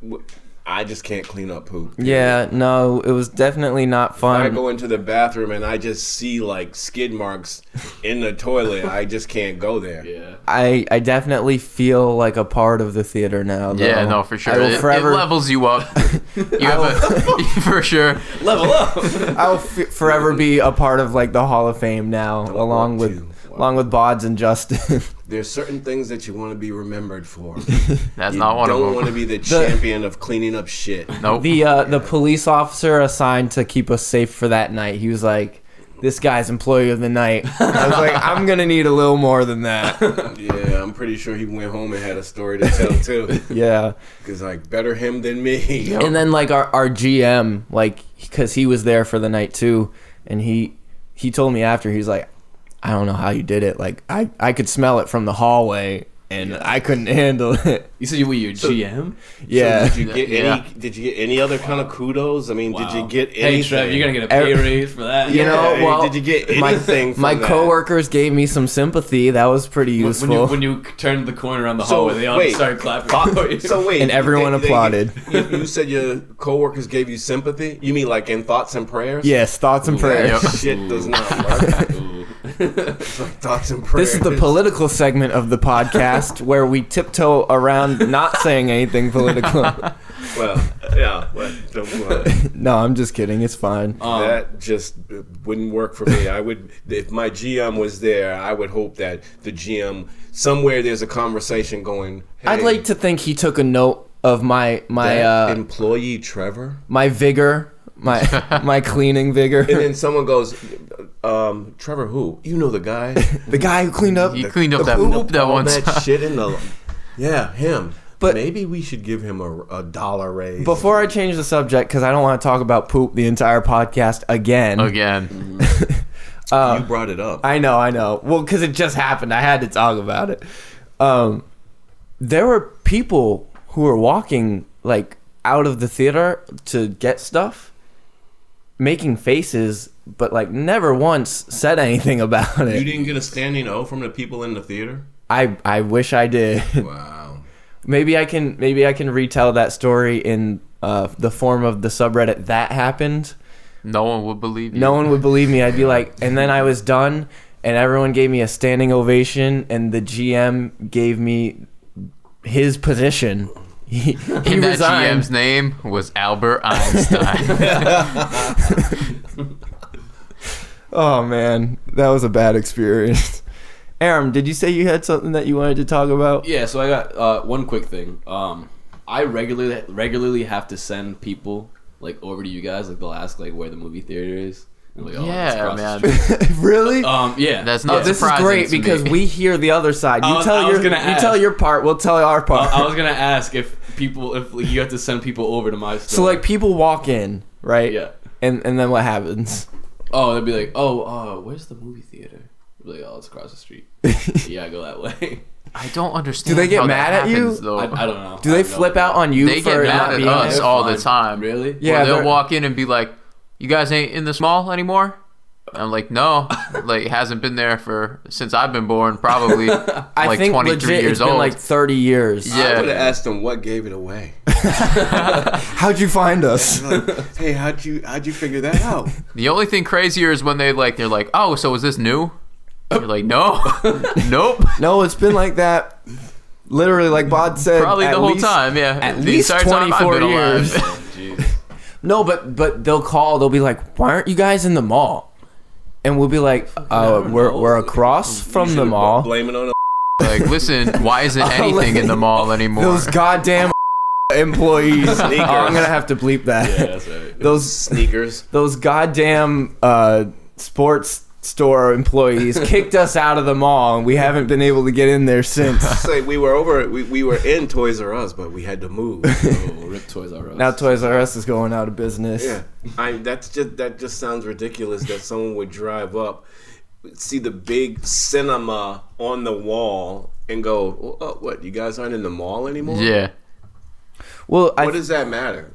Speaker 3: w- I just can't clean up poop.
Speaker 1: Yeah, no, it was definitely not
Speaker 3: I
Speaker 1: fun.
Speaker 3: go into the bathroom and I just see like skid marks in the toilet. I just can't go there.
Speaker 2: Yeah.
Speaker 1: I, I definitely feel like a part of the theater now. Though.
Speaker 4: Yeah, no, for sure.
Speaker 1: I will
Speaker 4: It- it,
Speaker 1: forever,
Speaker 4: levels
Speaker 1: [LAUGHS]
Speaker 4: you up. You have a [LAUGHS] for sure.
Speaker 2: Level up.
Speaker 1: I will f- forever be a part of like the Hall of Fame now, along
Speaker 3: want
Speaker 1: with
Speaker 3: to.
Speaker 1: along with Bods and Justin. [LAUGHS]
Speaker 3: There's certain things that you want to be remembered [LAUGHS] for.
Speaker 4: That's
Speaker 3: you
Speaker 4: not one
Speaker 3: don't
Speaker 4: of
Speaker 3: want to
Speaker 4: them.
Speaker 3: be [LAUGHS] the champion of cleaning up shit.
Speaker 4: Nope.
Speaker 1: the uh, the police officer assigned to keep us safe for that night. He was like, "This guy's employee of the night." I was like, "I'm gonna need a little more than that."
Speaker 3: [LAUGHS] Yeah, I'm pretty sure he went home and had a story to tell [LAUGHS] too.
Speaker 1: yeah.
Speaker 3: Because like, better him than [LAUGHS] me.
Speaker 1: And then like our our GM, like because he was there for the night too, and he he told me after he's like, "I don't know how you did it. Like I I could smell it from the hallway." And I couldn't [LAUGHS] handle it.
Speaker 2: You said you were your GM?
Speaker 1: Yeah.
Speaker 3: did you get
Speaker 4: Yeah.
Speaker 3: any? Did you get any other kind of kudos? I mean, did you
Speaker 2: Wow.
Speaker 3: get anything?
Speaker 2: Hey, Trev, you're going to get a pay
Speaker 1: Every-
Speaker 2: raise for that.
Speaker 1: You know,
Speaker 3: Yeah,
Speaker 1: well,
Speaker 3: did you get
Speaker 1: my-
Speaker 3: anything from
Speaker 1: my
Speaker 3: that?
Speaker 1: coworkers gave me some sympathy. That was pretty
Speaker 2: When-
Speaker 1: useful.
Speaker 2: When you, when you turned the corner on the hallway, they all
Speaker 3: wait.
Speaker 2: just started clapping for you.
Speaker 3: So
Speaker 1: [LAUGHS]
Speaker 3: wait,
Speaker 1: And everyone applauded.
Speaker 3: You, you said your coworkers gave you sympathy. You mean like in thoughts and prayers?
Speaker 1: yes, thoughts and prayers.
Speaker 4: Yep.
Speaker 3: Shit does not work.
Speaker 2: Ooh.
Speaker 3: It's like thoughts and prayers.
Speaker 1: This is the political segment of the podcast where we tiptoe around not saying anything political.
Speaker 3: Well, yeah. Well, [LAUGHS] don't worry.
Speaker 1: no, I'm just kidding. It's fine.
Speaker 2: Um,
Speaker 3: that just uh, wouldn't work for me. I would, if my GM was there, I would hope that the GM somewhere there's a conversation going.
Speaker 1: I'd
Speaker 3: "Hey,
Speaker 1: like to think he took a note of my my
Speaker 3: that
Speaker 1: uh,
Speaker 3: employee Trevor,
Speaker 1: my vigor, my my cleaning
Speaker 3: and
Speaker 1: vigor. [LAUGHS]
Speaker 3: then someone goes, um, "Trevor, who? You know the guy?
Speaker 1: [LAUGHS] the guy who cleaned up.
Speaker 4: He cleaned up
Speaker 3: The
Speaker 4: that
Speaker 3: poop,
Speaker 4: poop that
Speaker 3: all
Speaker 4: one
Speaker 3: that
Speaker 4: time.
Speaker 3: shit in the,
Speaker 4: [LAUGHS]
Speaker 3: yeah, him."
Speaker 1: But-
Speaker 3: But maybe we should give him a, a dollar raise.
Speaker 1: Before I change the subject, because I don't want to talk about poop the entire podcast again.
Speaker 4: Again,
Speaker 3: you brought it up.
Speaker 1: I know, I know. Well, because it just happened. I had to talk about it. Um, there were people who were walking like out of the theater to get stuff, making faces, but like never once said anything [LAUGHS] about
Speaker 3: you
Speaker 1: it.
Speaker 3: didn't get a standing O from the people in the theater.
Speaker 1: I I wish I did.
Speaker 3: Wow.
Speaker 1: [LAUGHS] maybe I can maybe I can retell that story in uh, the form of the subreddit that happened.
Speaker 4: no one would believe you.
Speaker 1: No one would believe me. I'd be like, and then I was done, and everyone gave me a standing ovation, and the GM gave me his position. [LAUGHS] He, he
Speaker 4: And that
Speaker 1: resigned.
Speaker 4: GM's name was Albert
Speaker 1: [LAUGHS]
Speaker 4: Einstein.
Speaker 1: Oh man, that was a bad experience. [LAUGHS] Aram, did you say you had something that you wanted to talk about?
Speaker 2: Yeah, so I got uh, one quick thing. Um, I regularly regularly have to send people like over to you guys. Like they'll ask like where the movie theater is. And like, oh, it's
Speaker 4: yeah,
Speaker 2: across the
Speaker 4: man.
Speaker 2: street.
Speaker 1: [LAUGHS] really?
Speaker 2: Um, yeah,
Speaker 4: That's
Speaker 1: Oh,
Speaker 4: not
Speaker 1: this is
Speaker 4: surprising
Speaker 1: great
Speaker 4: to me.
Speaker 1: because we hear the other side. You
Speaker 2: I was- I
Speaker 1: tell
Speaker 2: was
Speaker 1: your you
Speaker 2: gonna ask.
Speaker 1: tell your part. We'll tell our
Speaker 2: I,
Speaker 1: part.
Speaker 2: [LAUGHS] I was gonna ask if people if like, you have to send people over to my store.
Speaker 1: so like people walk in, right?
Speaker 2: Yeah.
Speaker 1: And and then what happens?
Speaker 2: oh they'd be like oh uh, where's the movie theater? I'd be like oh it's across the
Speaker 1: [LAUGHS]
Speaker 2: street. yeah, go that way. [LAUGHS]
Speaker 4: I don't understand.
Speaker 1: Do they get
Speaker 4: how that
Speaker 1: mad at you?
Speaker 4: happens, Though.
Speaker 2: I, I don't know.
Speaker 1: Do
Speaker 2: I
Speaker 1: they
Speaker 2: have no
Speaker 1: flip
Speaker 2: idea.
Speaker 1: out on you
Speaker 4: they
Speaker 1: for
Speaker 4: get
Speaker 1: not
Speaker 4: mad at
Speaker 1: being
Speaker 4: us
Speaker 1: there?
Speaker 4: all the
Speaker 2: Fine.
Speaker 4: time.
Speaker 2: Really?
Speaker 1: Yeah.
Speaker 4: Or
Speaker 1: they're-
Speaker 4: they'll walk in and be like, "You guys ain't in this mall anymore." I'm
Speaker 1: [LAUGHS]
Speaker 4: like, "No, like hasn't been there for since I've been
Speaker 1: [LAUGHS]
Speaker 4: born, probably
Speaker 1: I
Speaker 4: like
Speaker 1: think
Speaker 4: 23
Speaker 1: legit
Speaker 4: years
Speaker 1: it's been
Speaker 4: old."
Speaker 1: like 30 years.
Speaker 4: Yeah.
Speaker 3: I would have asked him what gave it away.
Speaker 1: How'd you find us?
Speaker 3: [LAUGHS] Like, hey, how'd you how'd you figure that out?
Speaker 4: the only thing crazier is when they like they're like, "Oh, so is this new?" You're like,
Speaker 1: [LAUGHS]
Speaker 4: "No, nope."
Speaker 1: no, it's been like that. Literally, like Bod said,
Speaker 4: Probably
Speaker 1: at
Speaker 4: the whole
Speaker 1: least-
Speaker 4: time, yeah.
Speaker 1: at
Speaker 4: the
Speaker 1: least
Speaker 4: entire time I've
Speaker 1: 24
Speaker 4: been alive.
Speaker 1: years.
Speaker 2: Jeez.
Speaker 1: No, but but they'll call. They'll be like, "Why aren't you guys in the mall?" And we'll be like, uh, "We're we're across from the mall."
Speaker 3: Blaming on
Speaker 4: [LAUGHS] Like, listen, why isn't anything in the mall
Speaker 1: [LAUGHS]
Speaker 4: anymore?
Speaker 1: Those goddamn [LAUGHS]
Speaker 4: [LAUGHS]
Speaker 1: employees. Oh, I'm gonna have to bleep that.
Speaker 2: Yeah, that's right.
Speaker 1: [LAUGHS] Those
Speaker 3: sneakers.
Speaker 1: those goddamn uh, sports store employees kicked us out of the mall, and we haven't been able to get in there since.
Speaker 3: Say we were over. We, we were in Toys R Us, but we had to move.
Speaker 2: Oh, rip Toys R Us.
Speaker 1: Now Toys R Us is going out of business.
Speaker 3: yeah, I. That's just that just sounds ridiculous that someone would drive up, see the big cinema on the wall, and go, oh, "What? You guys aren't in the mall anymore?
Speaker 4: yeah.
Speaker 1: Well, I
Speaker 3: What does that matter?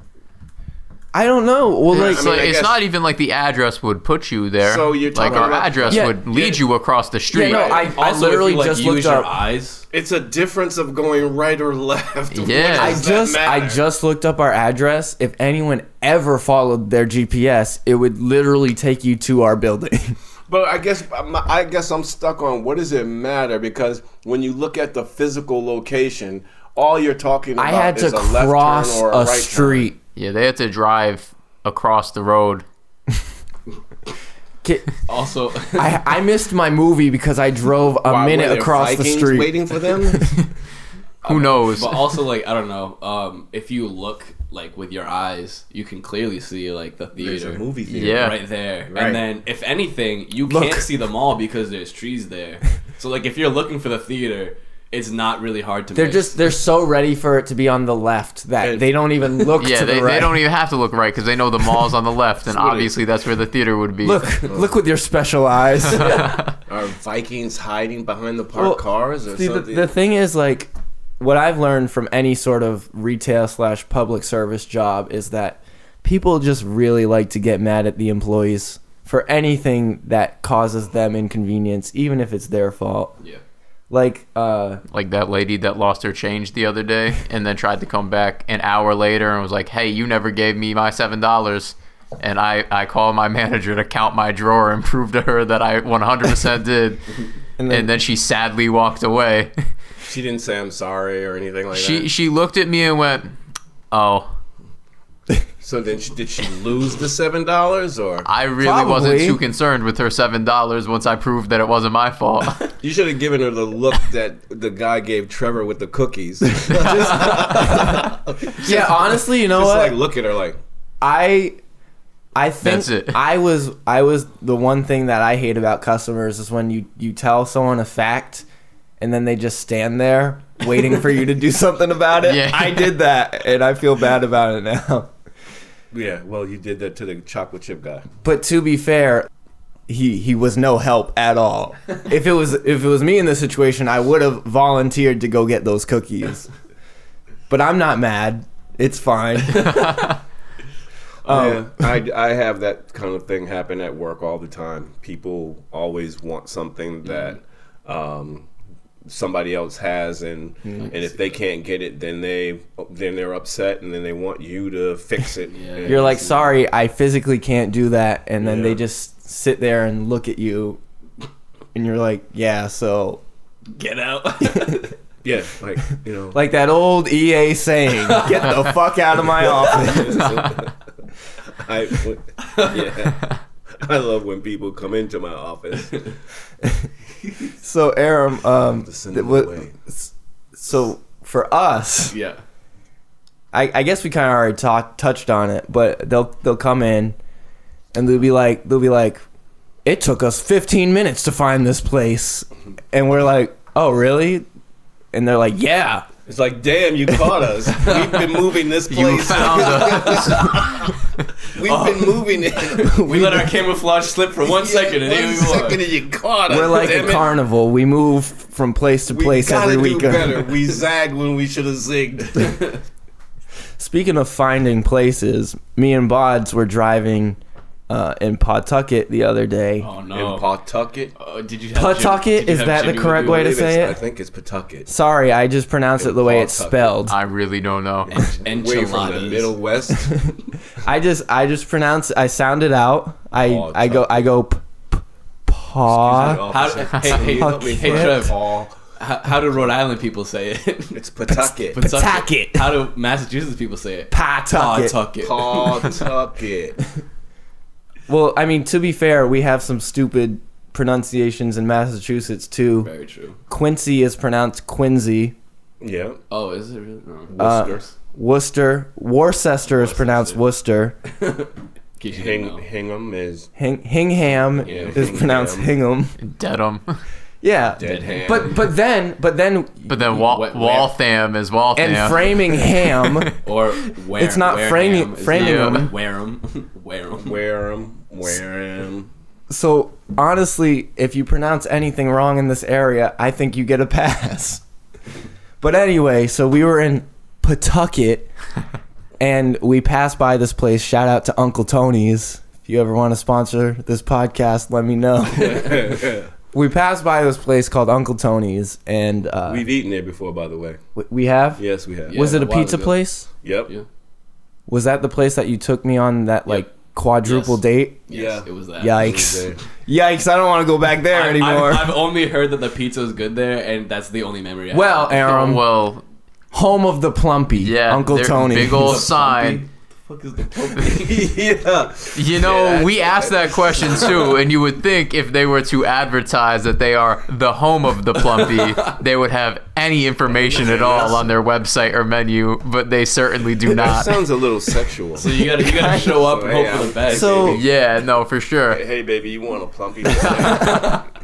Speaker 1: I don't know. Well, like,
Speaker 4: It's,
Speaker 3: I mean,
Speaker 4: like-
Speaker 3: I
Speaker 4: it's
Speaker 3: guess-
Speaker 4: not even like the address would put you there.
Speaker 3: So you're
Speaker 4: like
Speaker 3: talking
Speaker 4: our
Speaker 3: about-
Speaker 4: address
Speaker 1: Yeah.
Speaker 4: would lead you across the street.
Speaker 1: no, I-
Speaker 2: Also, if you,
Speaker 1: literally
Speaker 2: like,
Speaker 1: just
Speaker 2: use
Speaker 1: looked up-
Speaker 2: your eyes.
Speaker 3: It's a difference of going right or left. [LAUGHS] What
Speaker 4: Yeah.
Speaker 1: I
Speaker 3: does that
Speaker 1: just I
Speaker 3: matter?
Speaker 1: just looked up our address. If anyone ever followed their GPS, it would literally take you to our building. [LAUGHS]
Speaker 3: But I guess I'm- I guess I'm stuck on what does it matter because when you look at the physical location, all you're talking about
Speaker 1: I had to
Speaker 3: is a left
Speaker 1: cross
Speaker 3: turn or
Speaker 1: a,
Speaker 3: a, right
Speaker 1: street.
Speaker 4: yeah, they have to drive across the road.
Speaker 1: Ki-
Speaker 2: Also,
Speaker 1: [LAUGHS] I, I missed my movie because I drove a
Speaker 3: turn. [LAUGHS] Why, were
Speaker 1: minute
Speaker 3: there
Speaker 1: across
Speaker 3: Vikings
Speaker 1: the street.
Speaker 3: waiting
Speaker 1: [LAUGHS]
Speaker 3: for them.
Speaker 4: Who knows?
Speaker 2: but also like I don't know. Um, if you look like with your eyes, you can clearly see like the
Speaker 3: There's a
Speaker 2: theater.
Speaker 3: movie theater.
Speaker 4: Yeah.
Speaker 2: Right there,
Speaker 3: Right.
Speaker 2: and then if anything, you
Speaker 1: Look.
Speaker 2: can't see them all because there's trees
Speaker 3: [LAUGHS]
Speaker 2: there. So like, if you're looking for the theater, it's not really hard to.
Speaker 1: They're
Speaker 2: miss.
Speaker 1: just they're so ready for it to be on the left that
Speaker 3: And-
Speaker 1: they don't even
Speaker 3: [LAUGHS]
Speaker 1: look
Speaker 4: Yeah,
Speaker 1: to
Speaker 4: they,
Speaker 1: the right.
Speaker 4: they don't even have to look right because they know the mall's on the left, and
Speaker 3: what it-
Speaker 4: obviously that's where the theater would be.
Speaker 1: look look with your special eyes.
Speaker 3: [LAUGHS] Are Vikings hiding behind the parked
Speaker 1: Well,
Speaker 3: cars or
Speaker 1: See, the,
Speaker 3: something?
Speaker 1: the thing is, like, what I've learned from any sort of retail slash public service job is that people just really like to get mad at the employees for anything that causes them inconvenience, even if it's their fault.
Speaker 2: yeah.
Speaker 1: Like, uh,
Speaker 4: like that lady that lost her change the other day and then tried to come back an hour later and was like, "Hey, you never gave me my seven dollars." And I, I called my [LAUGHS] manager to count my drawer and prove to her that I 100% did.
Speaker 1: [LAUGHS] and then,
Speaker 4: And then she sadly
Speaker 1: [LAUGHS]
Speaker 4: walked away.
Speaker 3: she didn't say I'm sorry or anything like
Speaker 4: She
Speaker 3: that.
Speaker 4: she looked at me and went, "Oh,
Speaker 3: So then, she, did she lose the seven dollars or?
Speaker 4: I really wasn't
Speaker 1: Probably.
Speaker 4: too concerned with her seven dollars once I proved that it wasn't my fault."
Speaker 1: [LAUGHS]
Speaker 4: [LAUGHS]
Speaker 3: You should have given her the look that the guy gave Trevor with the
Speaker 4: [LAUGHS]
Speaker 3: cookies. [LAUGHS] Just
Speaker 1: yeah, honestly, you know what?
Speaker 3: like look at her like.
Speaker 1: I I think
Speaker 4: That's it.
Speaker 1: I was I was the one thing that I hate about customers is when you you tell someone a fact and then they just stand there waiting for you to do something about it.
Speaker 4: [LAUGHS] Yeah.
Speaker 1: I did that and I feel bad about it now.
Speaker 3: Yeah, well, you did that to the chocolate chip guy.
Speaker 1: But to be fair, he he was no help at all. If it was if it was me in this situation, I would have volunteered to go get those cookies. But I'm not mad. It's fine.
Speaker 4: [LAUGHS]
Speaker 3: yeah, Um, I, I have that kind of thing happen at work all the time. People always want something
Speaker 2: Mm-hmm.
Speaker 3: that um, somebody else has, and
Speaker 2: Mm-hmm.
Speaker 3: and if they can't get it, then they then they're upset, and then they want you to fix it.
Speaker 2: Yeah.
Speaker 3: And
Speaker 1: You're like, sorry, I physically can't do that, and then they
Speaker 3: Yeah.
Speaker 1: just sit there and look at you, and you're like, yeah, so [LAUGHS]
Speaker 2: Get out.
Speaker 3: yeah, like you know, [LAUGHS]
Speaker 1: like that old EA saying, get the fuck out of my
Speaker 3: [LAUGHS]
Speaker 1: office. [LAUGHS]
Speaker 3: I yeah. I love when people come into my
Speaker 2: [LAUGHS]
Speaker 3: office.
Speaker 1: So Aram, um,
Speaker 3: to send
Speaker 1: th-
Speaker 3: them
Speaker 1: what-
Speaker 3: away.
Speaker 1: so for us,
Speaker 2: yeah.
Speaker 1: I, I guess we kind of already talked touched on it, but they'll they'll come in, and they'll be like they'll be like, it took us 15 minutes to find this place, and we're like, oh really? And they're like, yeah.
Speaker 3: It's like, damn, you caught us. We've been
Speaker 2: [LAUGHS]
Speaker 3: moving this
Speaker 4: you
Speaker 3: place.
Speaker 1: [LAUGHS]
Speaker 4: found a
Speaker 3: We've been moving
Speaker 2: [LAUGHS]
Speaker 3: it.
Speaker 2: We let our camouflage slip for one second, and here
Speaker 3: One
Speaker 2: we are.
Speaker 3: second and you caught us.
Speaker 1: We're like
Speaker 3: damn
Speaker 1: a
Speaker 3: it.
Speaker 1: carnival. We move from place to
Speaker 3: We
Speaker 1: place
Speaker 3: gotta
Speaker 1: every
Speaker 3: do
Speaker 1: week.
Speaker 3: better. We zagged when we should have zigged.
Speaker 1: [LAUGHS] Speaking of finding places, me and Bods were driving uh, in Pawtucket the other day.
Speaker 2: [LAUGHS] Oh
Speaker 3: [LAUGHS] In
Speaker 2: no!
Speaker 3: Pawtucket.
Speaker 2: Uh, did you have
Speaker 1: Pawtucket,
Speaker 2: Jim- did you
Speaker 1: is
Speaker 2: have
Speaker 1: that the
Speaker 2: Jimmy with
Speaker 1: correct
Speaker 2: you?
Speaker 1: way to
Speaker 3: It's-
Speaker 1: say
Speaker 3: I
Speaker 1: it?
Speaker 3: think it's Pawtucket.
Speaker 1: Sorry, I just pronounced it the way it's
Speaker 3: Pawtucket.
Speaker 1: spelled.
Speaker 4: I really
Speaker 1: [LAUGHS]
Speaker 4: don't know.
Speaker 3: Way from the
Speaker 2: Enchiladas.
Speaker 3: Middle West.
Speaker 1: I just I just pronounce I sound it out. I I go I go p- p- paw.
Speaker 2: How,
Speaker 3: Officer,
Speaker 2: hey, hey,
Speaker 1: Fuck
Speaker 2: hey, oh, hey
Speaker 1: it.
Speaker 2: Trev,
Speaker 3: Paw.
Speaker 2: how, how do Rhode Island people say it? [LAUGHS]
Speaker 3: It's Pawtucket.
Speaker 2: Pawtucket.
Speaker 1: Pawtucket.
Speaker 2: How do Massachusetts people say it?
Speaker 1: Pawtucket.
Speaker 2: Pawtucket.
Speaker 3: Pawtucket.
Speaker 1: Well, I mean to be fair, we have some stupid pronunciations in Massachusetts too.
Speaker 2: Very true.
Speaker 1: Quincy is pronounced Quincy.
Speaker 3: Yeah.
Speaker 2: Oh, is it really? No.
Speaker 3: Whiskers.
Speaker 1: Worcester. Worcester is pronounced Worcester.
Speaker 2: In case you didn't
Speaker 3: Hing-
Speaker 2: know.
Speaker 3: Hingham is
Speaker 1: Hing- Hingham
Speaker 3: Yeah,
Speaker 1: is pronounced Hingham.
Speaker 4: Dedham.
Speaker 1: Yeah.
Speaker 3: dead hand.
Speaker 1: But but then but then
Speaker 4: But then Wal-
Speaker 2: Wet-
Speaker 4: Waltham is Waltham.
Speaker 1: and Framingham
Speaker 2: Or where?
Speaker 1: It's not framing- framing
Speaker 4: them.
Speaker 2: [LAUGHS] Wareham. Wareham.
Speaker 3: wear 'em, wear 'em.
Speaker 1: So honestly, if you pronounce anything wrong in this area, I think you get a pass. But anyway, so we were in Pawtucket, and we passed by this place. Shout out to Uncle Tony's. If you ever want to sponsor this podcast, let me know. we passed by this place called Uncle Tony's, and uh,
Speaker 3: [LAUGHS] We've eaten there before, by the way.
Speaker 1: we, we have.
Speaker 3: Yes, we have.
Speaker 1: was
Speaker 2: Yeah,
Speaker 1: it a
Speaker 2: a while
Speaker 1: pizza
Speaker 2: ago.
Speaker 1: place?
Speaker 3: Yep.
Speaker 2: Yeah.
Speaker 1: Was that the place that you took me on that like quadruple
Speaker 2: Yes.
Speaker 1: date?
Speaker 2: Yes,
Speaker 3: Yeah.
Speaker 2: it was that.
Speaker 1: Yikes! Yikes! I don't want to go back there
Speaker 2: I,
Speaker 1: anymore.
Speaker 2: have only heard that the pizza is good there, and that's the only memory. I have.
Speaker 1: well, Aaron,
Speaker 4: well,
Speaker 1: home of the plumpy,
Speaker 4: yeah,
Speaker 1: Uncle
Speaker 4: they're
Speaker 1: Tony.
Speaker 4: big old
Speaker 2: The
Speaker 4: sign.
Speaker 2: fuck is the Pope?
Speaker 3: [LAUGHS] yeah.
Speaker 4: You know, we asked that question too, and you would think if they were to advertise that they are the home of the plumpy,
Speaker 2: [LAUGHS]
Speaker 4: they would have any information at all on their website or menu, but they certainly do
Speaker 3: That
Speaker 4: not.
Speaker 3: sounds a little
Speaker 2: [LAUGHS]
Speaker 3: sexual.
Speaker 2: so you gotta
Speaker 1: [LAUGHS]
Speaker 2: you gotta show up and
Speaker 3: So,
Speaker 2: hope for
Speaker 3: yeah.
Speaker 2: the
Speaker 1: [LAUGHS]
Speaker 2: best.
Speaker 1: So-
Speaker 4: [LAUGHS] Yeah, no, for sure.
Speaker 3: hey, baby, you want a plumpy? That's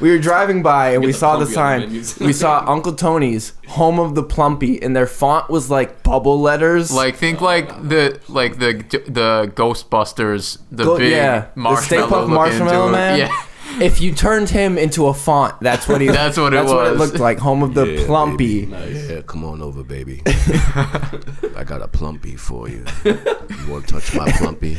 Speaker 1: We were driving by and we
Speaker 2: the
Speaker 1: saw the
Speaker 2: plumpy on the
Speaker 1: sign.
Speaker 2: menus.
Speaker 1: we
Speaker 4: [LAUGHS]
Speaker 1: saw Uncle Tony's, home of the plumpy, and their font was like bubble letters.
Speaker 4: Like think like the like the the Ghostbusters, the
Speaker 1: Go-
Speaker 4: big
Speaker 1: yeah, the Stay
Speaker 4: marshmallow,
Speaker 1: Puft
Speaker 4: looking
Speaker 1: Marshmallow
Speaker 4: dude.
Speaker 1: Man.
Speaker 4: Yeah,
Speaker 1: if you turned him into a font, that's what he.
Speaker 4: [LAUGHS] That's what it
Speaker 1: What it
Speaker 4: was.
Speaker 1: looked like. Home of the
Speaker 3: Yeah,
Speaker 1: plumpy.
Speaker 3: baby.
Speaker 2: nice.
Speaker 3: Yeah, come on over, baby. I got a plumpy for you. You want to touch my plumpy?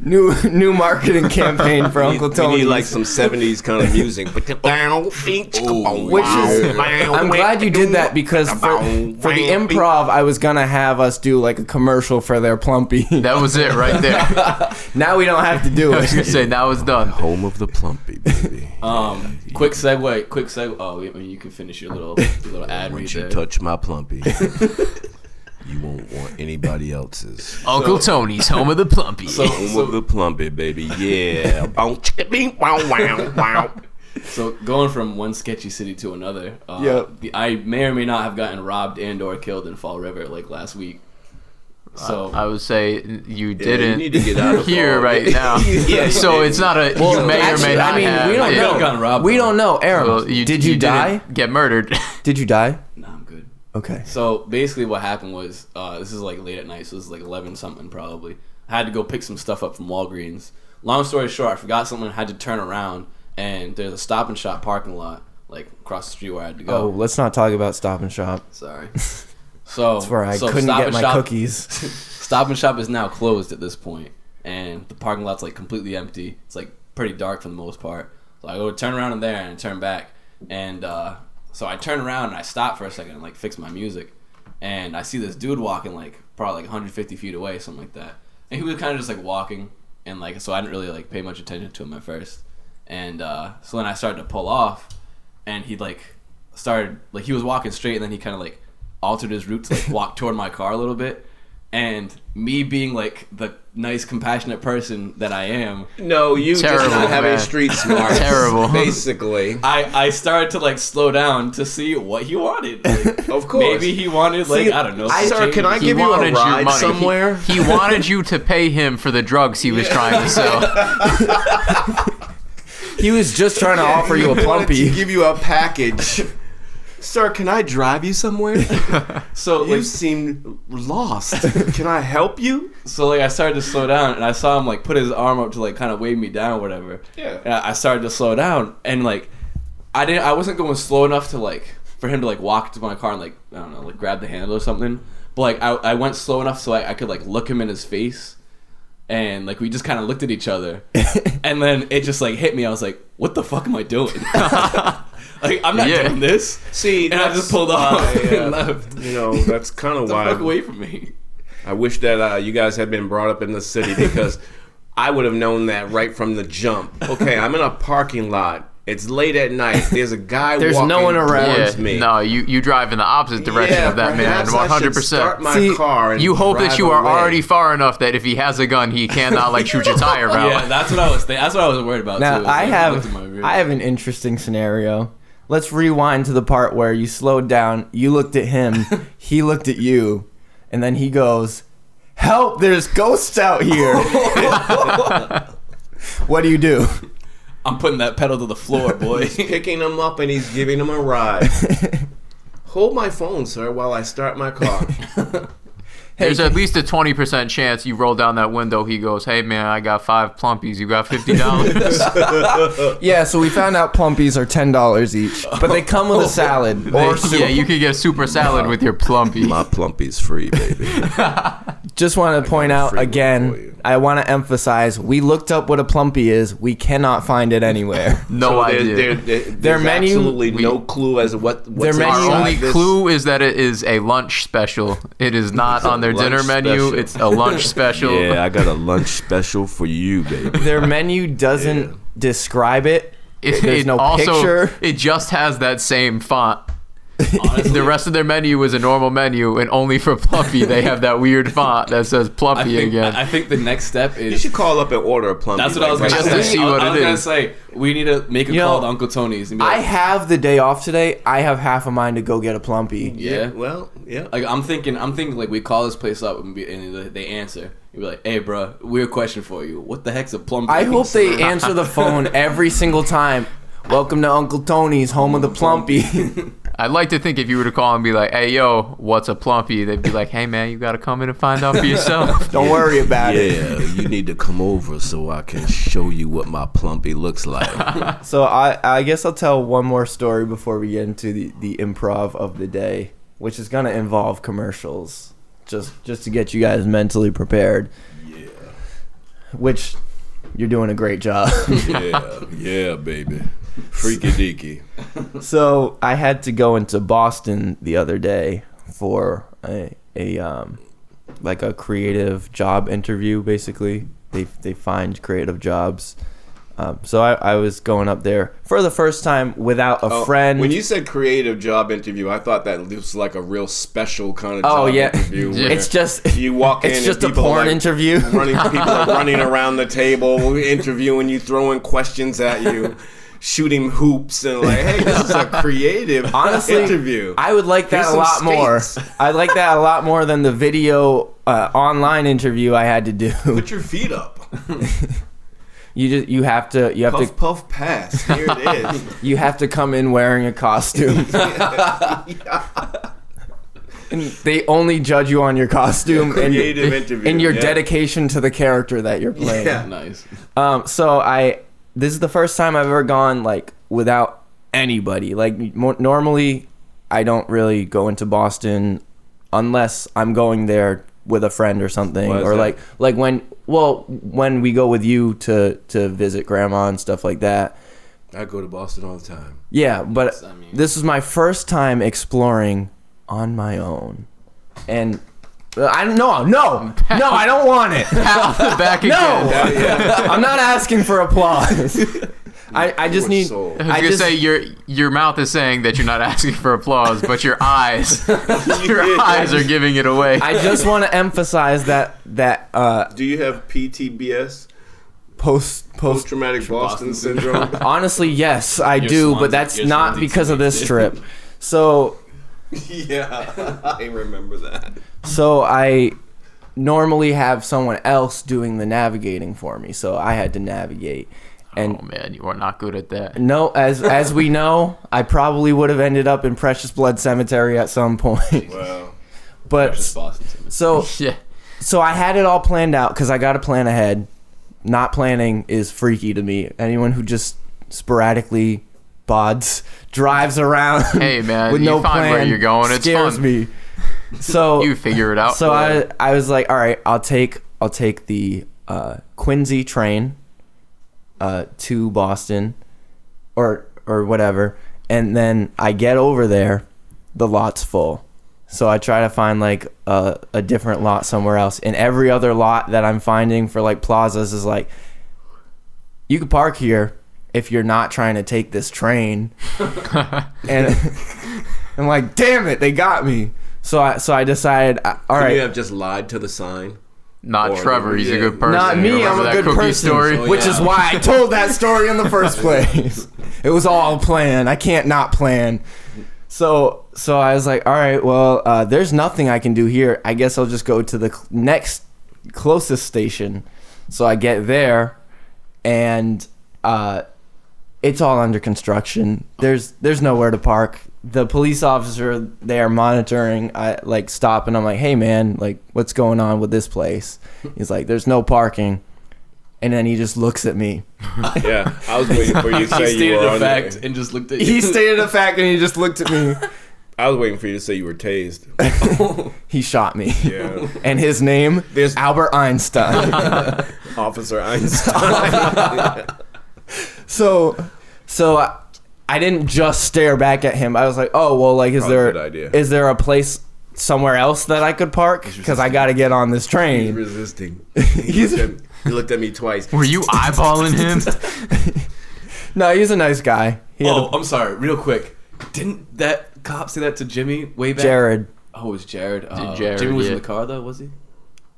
Speaker 1: New [LAUGHS] new marketing campaign for Uncle
Speaker 3: We
Speaker 1: Tony.
Speaker 3: need like some 70s kind of music. But the [LAUGHS]
Speaker 1: Which is, I'm glad you did that because for, for the improv, I was gonna have us do like a commercial for their
Speaker 4: [LAUGHS]
Speaker 1: plumpy.
Speaker 4: that was it right there. I
Speaker 1: [LAUGHS] now we don't have to
Speaker 4: [LAUGHS]
Speaker 1: do
Speaker 4: was gonna
Speaker 1: it.
Speaker 4: say now it's done.
Speaker 3: Home of the plumpy, [LAUGHS] baby.
Speaker 2: Um, quick segue, quick segue. Oh, I mean, you can finish your
Speaker 1: [LAUGHS]
Speaker 2: little your little ad read
Speaker 3: Once
Speaker 2: there.
Speaker 3: you touch my [LAUGHS] plumpy, you won't want anybody else's. [LAUGHS]
Speaker 4: Uncle Tony's home of the plumpy.
Speaker 2: so,
Speaker 3: Home
Speaker 2: so
Speaker 3: of the plumpy, baby. [LAUGHS] Yeah.
Speaker 2: So going from one sketchy city to another, uh,
Speaker 1: Yep.
Speaker 2: the, I may or may not have gotten robbed and or killed in Fall River like last week.
Speaker 1: Uh,
Speaker 2: So
Speaker 4: I would say you
Speaker 3: Yeah, you
Speaker 4: didn't
Speaker 3: need to get out of
Speaker 4: [LAUGHS] here
Speaker 3: all
Speaker 4: right
Speaker 3: this.
Speaker 4: now.
Speaker 3: [LAUGHS] Yeah,
Speaker 4: so
Speaker 3: you
Speaker 4: it's not a you may
Speaker 1: Actually,
Speaker 4: or may not
Speaker 1: I mean,
Speaker 4: have.
Speaker 1: we don't
Speaker 4: yeah.
Speaker 2: Could've gotten
Speaker 1: know.
Speaker 2: robbed
Speaker 1: We
Speaker 2: by
Speaker 1: don't know, Aaron.
Speaker 4: Well, you,
Speaker 1: did you, die?
Speaker 4: didn't Get murdered.
Speaker 1: Did you die?
Speaker 2: nah, I'm good.
Speaker 1: Okay.
Speaker 2: So basically, what happened was uh, this is like late at night, so this is like eleven something probably. I had to go pick some stuff up from Walgreens. Long story short, I forgot something. Had to turn around, and there's a Stop and Shop parking lot like across the street where I had to go.
Speaker 1: Oh, let's not talk about Stop and Shop. [LAUGHS]
Speaker 2: Sorry. So
Speaker 1: That's where I
Speaker 2: so
Speaker 1: couldn't
Speaker 2: Stop
Speaker 1: get
Speaker 2: and
Speaker 1: my
Speaker 2: Shop-
Speaker 1: cookies.
Speaker 2: [LAUGHS] Stop and Shop is now closed at this point, and the parking lot's like completely empty. It's like pretty dark for the most part. So I go turn around in there and turn back, and uh, so I turn around and I stop for a second and like fix my music, and I see this dude walking like probably like 150 feet away, something like that, and he was kind of just like walking, and like so I didn't really like pay much attention to him at first, and uh, so then I started to pull off, and he like started like he was walking straight, and then he kind of like altered his route to like
Speaker 3: [LAUGHS]
Speaker 2: walk toward my car a little bit. And me being like the nice, compassionate person that I am,
Speaker 3: No, you
Speaker 4: Terrible,
Speaker 3: just not having
Speaker 4: man.
Speaker 3: street smarts.
Speaker 4: Terrible.
Speaker 3: [LAUGHS] Basically.
Speaker 2: I, I started to like slow down to see what he
Speaker 3: [LAUGHS]
Speaker 2: wanted. Like,
Speaker 3: Of course.
Speaker 2: Maybe he wanted like
Speaker 3: See,
Speaker 2: I don't know.
Speaker 3: I-
Speaker 2: some
Speaker 3: sir, can I
Speaker 2: changes.
Speaker 4: [LAUGHS] He
Speaker 3: Give you a
Speaker 4: wanted your
Speaker 3: ride
Speaker 4: money. He-
Speaker 3: somewhere?
Speaker 4: He, wanted you to pay him for the drugs he was trying
Speaker 3: [LAUGHS]
Speaker 4: to sell.
Speaker 1: He was just trying to
Speaker 2: [LAUGHS]
Speaker 1: offer you a
Speaker 3: He wanted to
Speaker 1: plumpy.
Speaker 3: give you a package. Sir, can I drive you somewhere?
Speaker 2: So
Speaker 3: You
Speaker 2: like
Speaker 3: seem lost. Can I help you?
Speaker 2: so like I started to slow down and I saw him like put his arm up to like kind of wave me down or whatever.
Speaker 3: Yeah.
Speaker 2: And I I started to slow down and like I didn't I wasn't going slow enough to like for him to like walk to my car and like I don't know like grab the handle or something. But like I, I went slow enough so I, I could like look him in his face and like we just kind of looked at each other and then it just like hit me. I was like, what the fuck am I doing? [LAUGHS] like I'm not
Speaker 4: Yeah.
Speaker 2: doing this.
Speaker 3: See,
Speaker 2: And I just pulled off
Speaker 3: that's
Speaker 2: [LAUGHS]
Speaker 3: why,
Speaker 4: [LAUGHS]
Speaker 2: and
Speaker 3: uh,
Speaker 2: left.
Speaker 3: You know, that's kind of
Speaker 2: The
Speaker 3: why
Speaker 2: fuck away from me.
Speaker 3: I wish that uh, you guys had been brought up in the city because I would have known that right from the jump. Okay, I'm in a parking lot. It's late at night. There's a guy
Speaker 1: There's no
Speaker 3: walking
Speaker 1: one around.
Speaker 4: yeah,
Speaker 3: towards me.
Speaker 4: no, you you drive in the opposite direction
Speaker 3: Yeah,
Speaker 4: of that man,
Speaker 3: perhaps I
Speaker 4: one
Speaker 3: should
Speaker 4: hundred
Speaker 3: Start
Speaker 4: percent.
Speaker 3: my
Speaker 1: See,
Speaker 3: car and
Speaker 4: You hope that
Speaker 3: drive
Speaker 4: you are
Speaker 3: away.
Speaker 4: already far enough that if he has a gun, he cannot like
Speaker 3: [LAUGHS]
Speaker 4: shoot your tire out.
Speaker 2: Yeah, that's what I was. Th- that's what I was worried about. too,
Speaker 1: Now
Speaker 2: is,
Speaker 1: I
Speaker 2: like,
Speaker 1: have
Speaker 2: looked at my rear.
Speaker 1: I have an interesting scenario. Let's rewind to the part where you slowed down, you looked at him, he looked at you, and then he goes, "Help, there's ghosts out here." what do you do?
Speaker 2: [LAUGHS] I'm putting that pedal to the floor, boy.
Speaker 3: He's picking him up and he's giving him a
Speaker 4: [LAUGHS] [LAUGHS]
Speaker 3: ride. Hold my phone, sir, while I start my car.
Speaker 4: There's at least a 20% chance you roll down that window. He goes, Hey, man, I got five plumpies. You got $50. [LAUGHS]
Speaker 1: Yeah, so we found out plumpies are ten dollars each, but they come with a salad. Or
Speaker 4: They- yeah, you could get a super salad with your plumpy.
Speaker 3: My plumpy's free, baby.
Speaker 1: just want to point
Speaker 3: a
Speaker 1: out
Speaker 3: free one for
Speaker 1: again.
Speaker 3: you.
Speaker 1: I want to emphasize: we looked up what a plumpy is. We cannot find it anywhere.
Speaker 4: [LAUGHS] No
Speaker 3: So there-
Speaker 4: idea.
Speaker 3: there- there- there's
Speaker 1: menu-
Speaker 3: absolutely
Speaker 4: we-
Speaker 3: no clue as to what what's
Speaker 1: menu-
Speaker 4: Our
Speaker 3: inside
Speaker 4: only
Speaker 3: this.
Speaker 4: clue is that it is a lunch special. It is not on their
Speaker 3: lunch
Speaker 4: dinner menu.
Speaker 3: special.
Speaker 4: It's a lunch special.
Speaker 3: Yeah, I got a [LAUGHS] lunch special for you, baby.
Speaker 1: Their menu doesn't describe it.
Speaker 4: It,
Speaker 1: There's
Speaker 4: it
Speaker 1: no
Speaker 4: also,
Speaker 1: picture.
Speaker 4: It just has that same font.
Speaker 2: Honestly,
Speaker 4: The rest of their menu is a normal menu, and only for Plumpy they have that weird font that says Plumpy
Speaker 2: I think,
Speaker 4: again.
Speaker 2: I I think the next step
Speaker 3: You
Speaker 2: is.
Speaker 3: should call up and order a plumpy.
Speaker 2: That's what I was
Speaker 3: like,
Speaker 2: gonna
Speaker 4: Just
Speaker 2: say.
Speaker 4: to see
Speaker 2: I-
Speaker 4: what
Speaker 2: I,
Speaker 4: it
Speaker 2: was gonna
Speaker 4: is.
Speaker 2: say we need to make a
Speaker 1: You
Speaker 2: call
Speaker 1: know,
Speaker 2: to Uncle Tony's and be like,
Speaker 1: I have the day off today. I have half a mind to go get a plumpy.
Speaker 2: yeah.
Speaker 3: Well, yeah.
Speaker 2: Like I'm thinking, I'm thinking like we call this place up and, be, and they answer. You'd be like, "Hey, bro, weird question for you. What the heck's a plumpy?"
Speaker 1: I hope they answer the phone every single time. Welcome to Uncle Tony's, home of the plumpy. [LAUGHS]
Speaker 4: I'd like to think if you were to call and be like, "Hey, yo, what's a Plumpy?" They'd be like, "Hey, man, you got to come in and find
Speaker 1: [LAUGHS]
Speaker 4: out for yourself."
Speaker 1: Don't worry about it.
Speaker 3: Yeah, you need to come over so I can show you what my plumpy
Speaker 2: [LAUGHS]
Speaker 3: looks like.
Speaker 1: So I, I guess I'll tell one more story before we get into the, the improv of the day, which is gonna involve commercials, just just to get you guys mentally prepared. Yeah. Which you're doing a great job. [LAUGHS]
Speaker 3: yeah, yeah, baby. Freaky deaky.
Speaker 1: so I had to go into Boston the other day for a, a um, like a creative job interview. Basically, they they find creative jobs. Um, so I, I was going up there for the first time without a friend.
Speaker 3: Oh, When you said creative job interview, I thought that was like a real special kind of
Speaker 1: Oh,
Speaker 3: job
Speaker 1: yeah. [LAUGHS]
Speaker 3: interview. where
Speaker 1: It's just
Speaker 3: you walk in.
Speaker 1: It's
Speaker 3: and
Speaker 1: just a
Speaker 3: people
Speaker 1: porn
Speaker 3: are, like,
Speaker 1: interview.
Speaker 3: [LAUGHS] Running people are running around the table, interviewing you, throwing questions at you, shooting hoops, and like, hey, this [LAUGHS] is a
Speaker 1: [LAUGHS]
Speaker 3: creative
Speaker 1: Honestly,
Speaker 3: interview.
Speaker 1: I would like that
Speaker 3: Here's
Speaker 1: a
Speaker 3: some
Speaker 1: lot more.
Speaker 3: skates.
Speaker 1: [LAUGHS] I like that a lot more than the video uh, online interview I had to do. [LAUGHS]
Speaker 3: Put your feet up. [LAUGHS]
Speaker 1: You just you have to you have
Speaker 3: Puff,
Speaker 1: to
Speaker 3: puff, pass. Here it [LAUGHS] is.
Speaker 1: you have to come in wearing a
Speaker 3: [LAUGHS]
Speaker 1: costume. and they only judge you on your costume and,
Speaker 3: Creative interview.
Speaker 1: and your
Speaker 3: yeah.
Speaker 1: dedication to the character that you're playing.
Speaker 3: Yeah.
Speaker 2: nice.
Speaker 1: Um, so I this is the first time I've ever gone like without anybody. Like mo- normally, I don't really go into Boston unless I'm going there with a friend or something,
Speaker 3: Why is
Speaker 1: or
Speaker 3: that?
Speaker 1: like like when well when we go with you to to visit grandma and stuff like that.
Speaker 3: I go to Boston all the time.
Speaker 1: Yeah, but
Speaker 2: I mean-
Speaker 1: this is my first time exploring on my own, and. uh, I
Speaker 3: [LAUGHS]
Speaker 1: no no no I don't want it.
Speaker 4: Back again.
Speaker 1: No,
Speaker 3: yeah.
Speaker 1: [LAUGHS] I'm not asking for applause.
Speaker 3: [LAUGHS]
Speaker 1: I, I just
Speaker 3: Poor
Speaker 1: need.
Speaker 3: soul.
Speaker 4: I was
Speaker 1: I
Speaker 4: gonna
Speaker 1: just
Speaker 4: say your your mouth is saying that you're not asking for applause, but your
Speaker 1: [LAUGHS]
Speaker 4: eyes, your eyes are giving it away.
Speaker 1: I just want to emphasize that that uh,
Speaker 3: Do you have PTBS,
Speaker 1: post
Speaker 3: post
Speaker 1: post.
Speaker 3: traumatic Boston,
Speaker 2: Boston
Speaker 3: syndrome?
Speaker 1: Honestly, yes, I
Speaker 2: Your
Speaker 1: do,
Speaker 2: Swansea-
Speaker 1: but that's
Speaker 2: your
Speaker 1: not
Speaker 2: Swansea
Speaker 1: because of this
Speaker 2: team.
Speaker 1: trip. So
Speaker 3: [LAUGHS] yeah, I remember that.
Speaker 1: so I normally have someone else doing the navigating for me, so I had to navigate. And
Speaker 4: oh man, you are not good at that.
Speaker 1: no, as as we know, I probably would have ended up in Precious Blood Cemetery at some point. [LAUGHS]
Speaker 3: Wow.
Speaker 1: But
Speaker 2: Boston. to me.
Speaker 1: so
Speaker 4: Yeah.
Speaker 1: So I had it all planned out because I got to plan ahead. Not planning is freaky to me. Anyone who just sporadically bods drives around
Speaker 4: Hey,
Speaker 1: [LAUGHS]
Speaker 4: man,
Speaker 1: with
Speaker 4: you
Speaker 1: no
Speaker 4: find
Speaker 1: plan
Speaker 4: where you're going, it's
Speaker 1: scares
Speaker 4: fun.
Speaker 1: me. So
Speaker 4: You figure it out.
Speaker 1: so I I was like, all right, I'll take I'll take the uh, Quincy train uh, to Boston, or or whatever, and then I get over there, the lot's full, so I try to find like a a different lot somewhere else, and every other lot that I'm finding for like plazas is like, you could park here if you're not trying to take this train, and [LAUGHS] I'm like, damn it, they got me. So I so I decided, I- all
Speaker 3: Could
Speaker 1: right.
Speaker 3: you have just lied to the sign?
Speaker 4: not
Speaker 3: Or-
Speaker 4: Trevor. He's a good
Speaker 3: yeah.
Speaker 4: person.
Speaker 1: Not me.
Speaker 4: Remember
Speaker 1: I'm a
Speaker 4: that
Speaker 1: good
Speaker 4: cookie
Speaker 1: person,
Speaker 4: Story?
Speaker 3: Oh,
Speaker 1: which
Speaker 3: yeah.
Speaker 1: is why I told that story in the [LAUGHS] first place. it was all planned. I can't not plan. So, so I was like, all right, well, uh, there's nothing I can do here. I guess I'll just go to the cl- next closest station. So I get there, and uh, it's all under construction. There's there's nowhere to park. the police officer they are monitoring i like stop and i'm like hey man like what's going on with this [LAUGHS] place he's like there's no parking and then he just looks at me
Speaker 3: Yeah, I was waiting for you to
Speaker 2: He
Speaker 3: say you
Speaker 2: stated
Speaker 3: were
Speaker 2: a
Speaker 3: on
Speaker 2: fact and just looked at you.
Speaker 1: [LAUGHS] he stated a fact and he just looked at me
Speaker 3: I was waiting for you to say you were tased.
Speaker 1: [LAUGHS] he shot me
Speaker 3: [LAUGHS] Yeah,
Speaker 1: [LAUGHS] and his name
Speaker 3: There's-
Speaker 1: is albert einstein [LAUGHS]
Speaker 3: Officer Einstein.
Speaker 1: so so I, I didn't just stare back at him i was like oh well like is
Speaker 3: Probably a
Speaker 1: there is
Speaker 3: good idea.
Speaker 1: there a place somewhere else that i could park because i gotta get on this
Speaker 3: He's
Speaker 1: train
Speaker 3: [LAUGHS] resisting. He looked, at, he looked at me twice.
Speaker 4: [LAUGHS] Were you eyeballing him?
Speaker 1: no he's a nice guy he had
Speaker 2: oh, I'm sorry. Real quick, didn't that cop say that to Jimmy [LAUGHS] way
Speaker 1: a,
Speaker 2: back?
Speaker 1: jared
Speaker 2: Oh, it was Jared. Uh,
Speaker 4: Jared,
Speaker 2: Jimmy was
Speaker 4: yeah.
Speaker 2: in the car though, was he?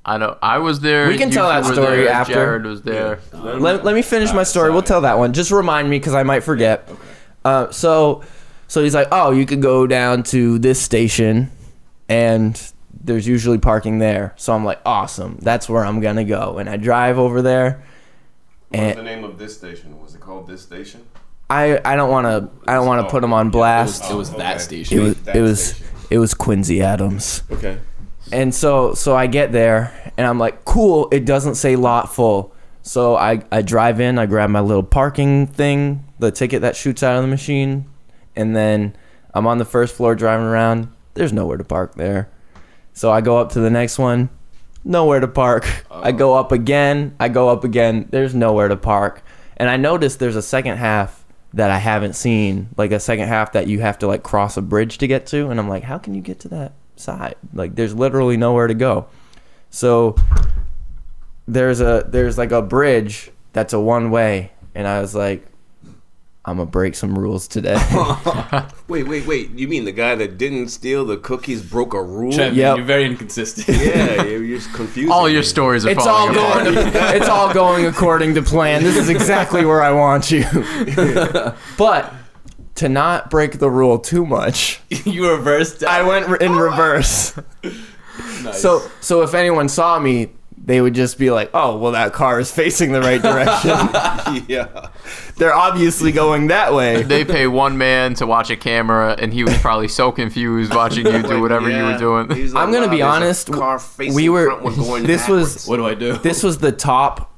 Speaker 4: I know. I was there.
Speaker 1: We can
Speaker 4: you
Speaker 1: tell that
Speaker 4: were
Speaker 1: story
Speaker 4: there,
Speaker 1: after.
Speaker 4: Jared was there.
Speaker 1: let, let me finish my
Speaker 2: Alright,
Speaker 1: story. We'll
Speaker 2: sorry.
Speaker 1: tell that one. Just remind me because I might forget. Uh, so, so he's like, oh, you could go down to this station, and there's usually parking there. So I'm like, awesome. That's where I'm gonna go. And I drive over there,
Speaker 3: What's the
Speaker 1: and
Speaker 3: name of this station? Was it called this station?
Speaker 1: I I don't want to I don't want to put him on
Speaker 2: Oh, It was,
Speaker 1: blast.
Speaker 2: it was
Speaker 3: Oh,
Speaker 2: that
Speaker 3: okay.
Speaker 2: station.
Speaker 1: It was
Speaker 3: that
Speaker 1: it was
Speaker 3: station.
Speaker 1: it was Quincy Adams.
Speaker 3: Okay.
Speaker 1: And so so I get there and I'm like, cool, it doesn't say lot full. So I, I drive in, I grab my little parking thing, the ticket that shoots out of the machine, and then I'm on the first floor driving around. There's nowhere to park there. So I go up to the next one, nowhere to park. [LAUGHS] I go up again, I go up again, there's nowhere to park. And I noticed there's a second half that I haven't seen, like a second half that you have to like cross a bridge to get to. And I'm like, how can you get to that side? Like there's literally nowhere to go. So there's a there's like a bridge that's a one way. And I was like, I'm gonna break some rules today.
Speaker 3: Wait, wait, wait. You mean the guy that didn't steal the cookies broke a rule?
Speaker 2: Trev,
Speaker 1: Yep.
Speaker 2: you're very inconsistent. [LAUGHS]
Speaker 3: Yeah, you're you're just confusing.
Speaker 4: All your
Speaker 3: me.
Speaker 4: stories are
Speaker 1: It's all
Speaker 4: falling apart.
Speaker 1: going. [LAUGHS] it's all going according to plan. This is exactly where I want
Speaker 4: [LAUGHS]
Speaker 1: you. but to not break the rule too much,
Speaker 2: you reversed.
Speaker 1: I went re- in reverse. So, so if anyone saw me, they would just be like, "Oh, well, that car is facing the right
Speaker 4: [LAUGHS]
Speaker 1: direction.
Speaker 3: [LAUGHS] Yeah.
Speaker 1: They're obviously going that way."
Speaker 4: They pay one man to watch a camera, and he
Speaker 3: [LAUGHS]
Speaker 4: was probably so confused watching you do whatever
Speaker 3: Yeah.
Speaker 4: you were doing.
Speaker 3: He's like,
Speaker 1: I'm gonna
Speaker 3: wow,
Speaker 1: be
Speaker 3: there's a
Speaker 1: honest.
Speaker 3: Car facing
Speaker 1: we were.
Speaker 3: front was going
Speaker 1: this was
Speaker 3: backwards.
Speaker 2: What do I do?
Speaker 1: this was the top,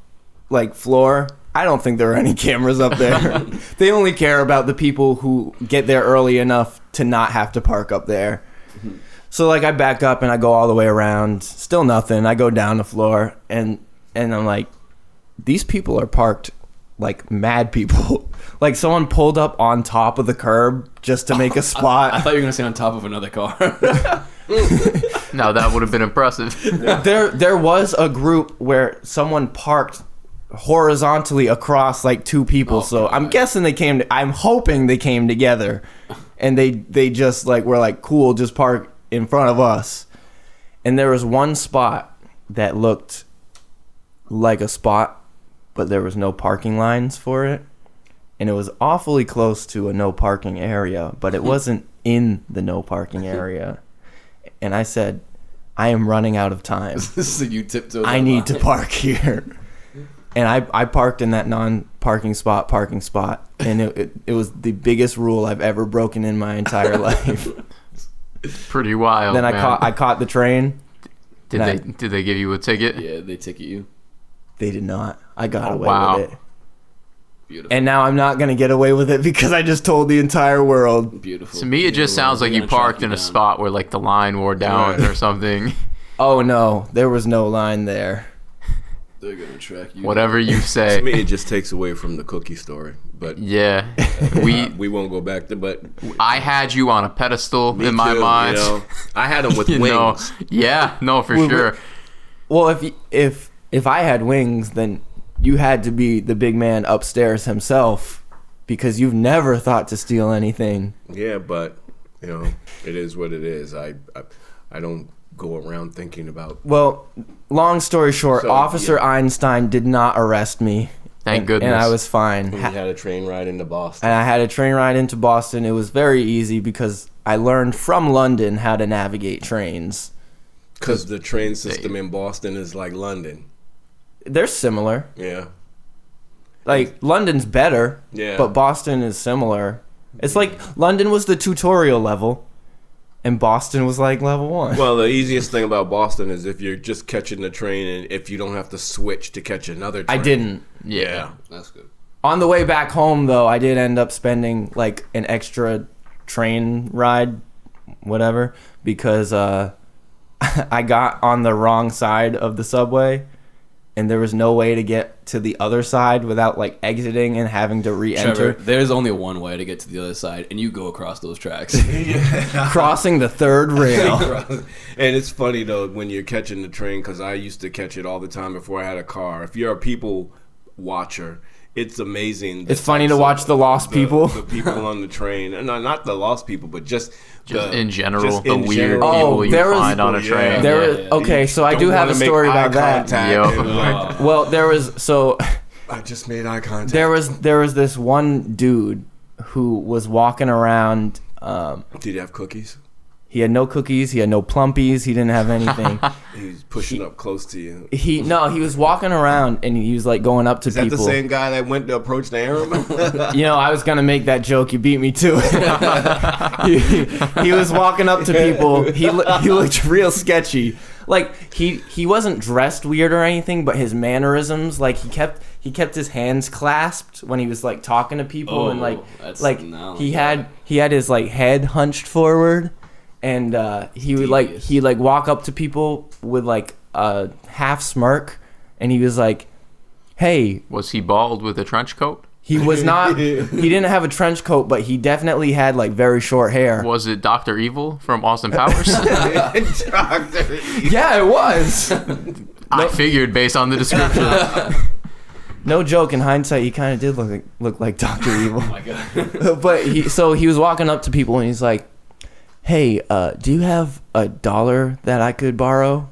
Speaker 1: like floor. I don't think there are any cameras up
Speaker 2: [LAUGHS]
Speaker 1: there. they only care about the people who get there early enough to not have to park up there.
Speaker 2: Mm-hmm.
Speaker 1: So like I back up and I go all the way around, still nothing. I go down the floor and and I'm like these people are parked like mad people. [LAUGHS] like someone pulled up on top of the curb just to make a
Speaker 2: [LAUGHS] [LAUGHS] I
Speaker 1: spot.
Speaker 2: thought you were gonna say on top of another car. [LAUGHS]
Speaker 4: No, that would have
Speaker 3: [LAUGHS]
Speaker 4: been impressive.
Speaker 1: [LAUGHS] there there was a group where someone parked horizontally across like two people so i'm guessing they came to, i'm hoping they came together and they they just like were like cool just park in front of us and there was one spot that looked like a spot but there was no parking lines for it and it was awfully close to a no parking area but it wasn't in the no parking area and i said i am running out of time
Speaker 2: this is you tiptoe.
Speaker 1: I need to park here. And I, I parked in that non parking spot, parking spot. And it, it, it was the biggest rule I've ever broken in my entire
Speaker 4: [LAUGHS]
Speaker 1: life.
Speaker 4: Pretty wild.
Speaker 1: then I
Speaker 4: Oh, man.
Speaker 1: caught I caught the train.
Speaker 4: Did
Speaker 1: I-
Speaker 4: they did they give you a ticket?
Speaker 2: Yeah, they ticket you.
Speaker 1: They did not. I got
Speaker 4: Oh,
Speaker 1: away
Speaker 4: wow.
Speaker 1: with it.
Speaker 2: Beautiful.
Speaker 1: And now I'm not going to get away with it because I just told the entire world.
Speaker 2: Beautiful.
Speaker 4: To me, it just
Speaker 2: We're
Speaker 4: sounds like
Speaker 2: gonna
Speaker 4: you
Speaker 2: track
Speaker 4: parked in a
Speaker 2: down.
Speaker 4: spot where like the line wore down
Speaker 3: [LAUGHS]
Speaker 4: or something.
Speaker 1: Oh no, there was no line there.
Speaker 2: They're gonna track you.
Speaker 4: Whatever you
Speaker 3: To me,
Speaker 4: say.
Speaker 3: it just takes away from the cookie story. But
Speaker 4: [LAUGHS] Yeah,
Speaker 3: [LAUGHS]
Speaker 4: we.
Speaker 3: we won't go back to. But
Speaker 4: I had you on a pedestal
Speaker 3: me
Speaker 4: in my
Speaker 3: too, you
Speaker 4: mind. [LAUGHS]
Speaker 3: know. I had him with
Speaker 4: You
Speaker 3: wings.
Speaker 4: know? yeah, no, for
Speaker 1: We- we-
Speaker 4: sure.
Speaker 1: Well, if y- if if I had wings, then you had to be the big man upstairs himself because you've never thought to steal anything.
Speaker 3: Yeah, but you know, it is what it is. I, I, I don't go around thinking about.
Speaker 1: Well, long story short,
Speaker 3: So,
Speaker 1: Officer Einstein did not arrest me.
Speaker 4: Thank
Speaker 1: and,
Speaker 4: goodness.
Speaker 1: And I was fine.
Speaker 3: We
Speaker 1: Ha-
Speaker 3: had a train ride into Boston.
Speaker 1: and I had a train ride into Boston. It was very easy because I learned from London how to navigate trains.
Speaker 3: Because the train system in Boston is like London.
Speaker 1: They're similar.
Speaker 3: Yeah.
Speaker 1: Like London's better,
Speaker 3: Yeah.
Speaker 1: but Boston is similar. It's like London was the tutorial level, and Boston was like level one.
Speaker 3: Well, the easiest thing about Boston is if you're just catching the train and if you don't have to switch to catch another
Speaker 1: I
Speaker 3: train.
Speaker 1: didn't.
Speaker 4: Yeah.
Speaker 3: Yeah.
Speaker 2: That's good.
Speaker 1: On the way back home, though, I did end up spending like an extra train ride, whatever, because uh, [LAUGHS] I got on the wrong side of the subway, and there was no way to get to the other side without like exiting and having to
Speaker 2: Trevor,
Speaker 1: re-enter.
Speaker 2: there's only one way to get to the other side, and you go across those
Speaker 1: [LAUGHS]
Speaker 2: tracks. Oh
Speaker 3: [LAUGHS]
Speaker 1: Crossing the third rail.
Speaker 3: and it's funny though when you're catching the train because I used to catch it all the time before I had a car. If you're a people watcher, it's amazing. the
Speaker 1: It's funny
Speaker 3: types
Speaker 1: to
Speaker 3: of-
Speaker 1: watch the lost
Speaker 3: the-
Speaker 1: people.
Speaker 3: the people on the train, and not- not the lost people, but just,
Speaker 4: Just
Speaker 3: the-
Speaker 4: in general,
Speaker 3: just
Speaker 4: the
Speaker 3: in
Speaker 4: weird
Speaker 3: general.
Speaker 1: Oh,
Speaker 4: people you
Speaker 1: there is-
Speaker 4: find on a
Speaker 3: yeah.
Speaker 4: train.
Speaker 1: There
Speaker 4: yeah.
Speaker 1: is okay, so I
Speaker 3: Don't
Speaker 1: do have
Speaker 3: wanna
Speaker 1: a
Speaker 3: make
Speaker 1: story
Speaker 3: eye
Speaker 1: about that.
Speaker 3: contact,
Speaker 4: Yo.
Speaker 3: and, [LAUGHS] like,
Speaker 1: Well, there was so [LAUGHS]
Speaker 3: I just made eye contact.
Speaker 1: there was there was this one dude who was walking around. Um,
Speaker 3: Did he have cookies?
Speaker 1: He had no cookies. He had no plumpies. He didn't have
Speaker 3: [LAUGHS]
Speaker 1: anything.
Speaker 3: He's pushing up close to you.
Speaker 1: he no. He was walking around and he was like going up to
Speaker 3: Is that
Speaker 1: people.
Speaker 3: the same guy that went to approach
Speaker 1: [LAUGHS]
Speaker 3: the [LAUGHS] harem?
Speaker 1: You know, I was gonna make that joke. You beat me to it. [LAUGHS] he, he was walking up to people. He lo- he looked real sketchy. Like he he wasn't dressed weird or anything, but his mannerisms, like he kept he kept his hands clasped when he was like talking to people, and
Speaker 2: Oh,
Speaker 1: like
Speaker 2: that's
Speaker 1: like
Speaker 2: not
Speaker 1: he
Speaker 2: like
Speaker 1: had he had his like head hunched forward, and uh, he would like
Speaker 2: Devious.
Speaker 1: he like walk up to people with like a half smirk, and he was like, "Hey,
Speaker 4: Was he bald with a trench coat?
Speaker 1: he was not. [LAUGHS] he didn't have a trench coat, but he definitely had like very short hair.
Speaker 4: Was it Doctor Evil from Austin
Speaker 1: [LAUGHS]
Speaker 4: Powers?
Speaker 3: Doctor.
Speaker 1: Yeah, it was.
Speaker 4: [LAUGHS] I figured based on the description.
Speaker 1: [LAUGHS] no joke. In hindsight, he kind of did look like, look like
Speaker 2: [LAUGHS]
Speaker 1: Doctor Evil.
Speaker 2: Oh
Speaker 1: [LAUGHS]
Speaker 2: my God.
Speaker 1: but he so he was walking up to people and he's like, "Hey, uh, do you have a dollar that I could borrow?"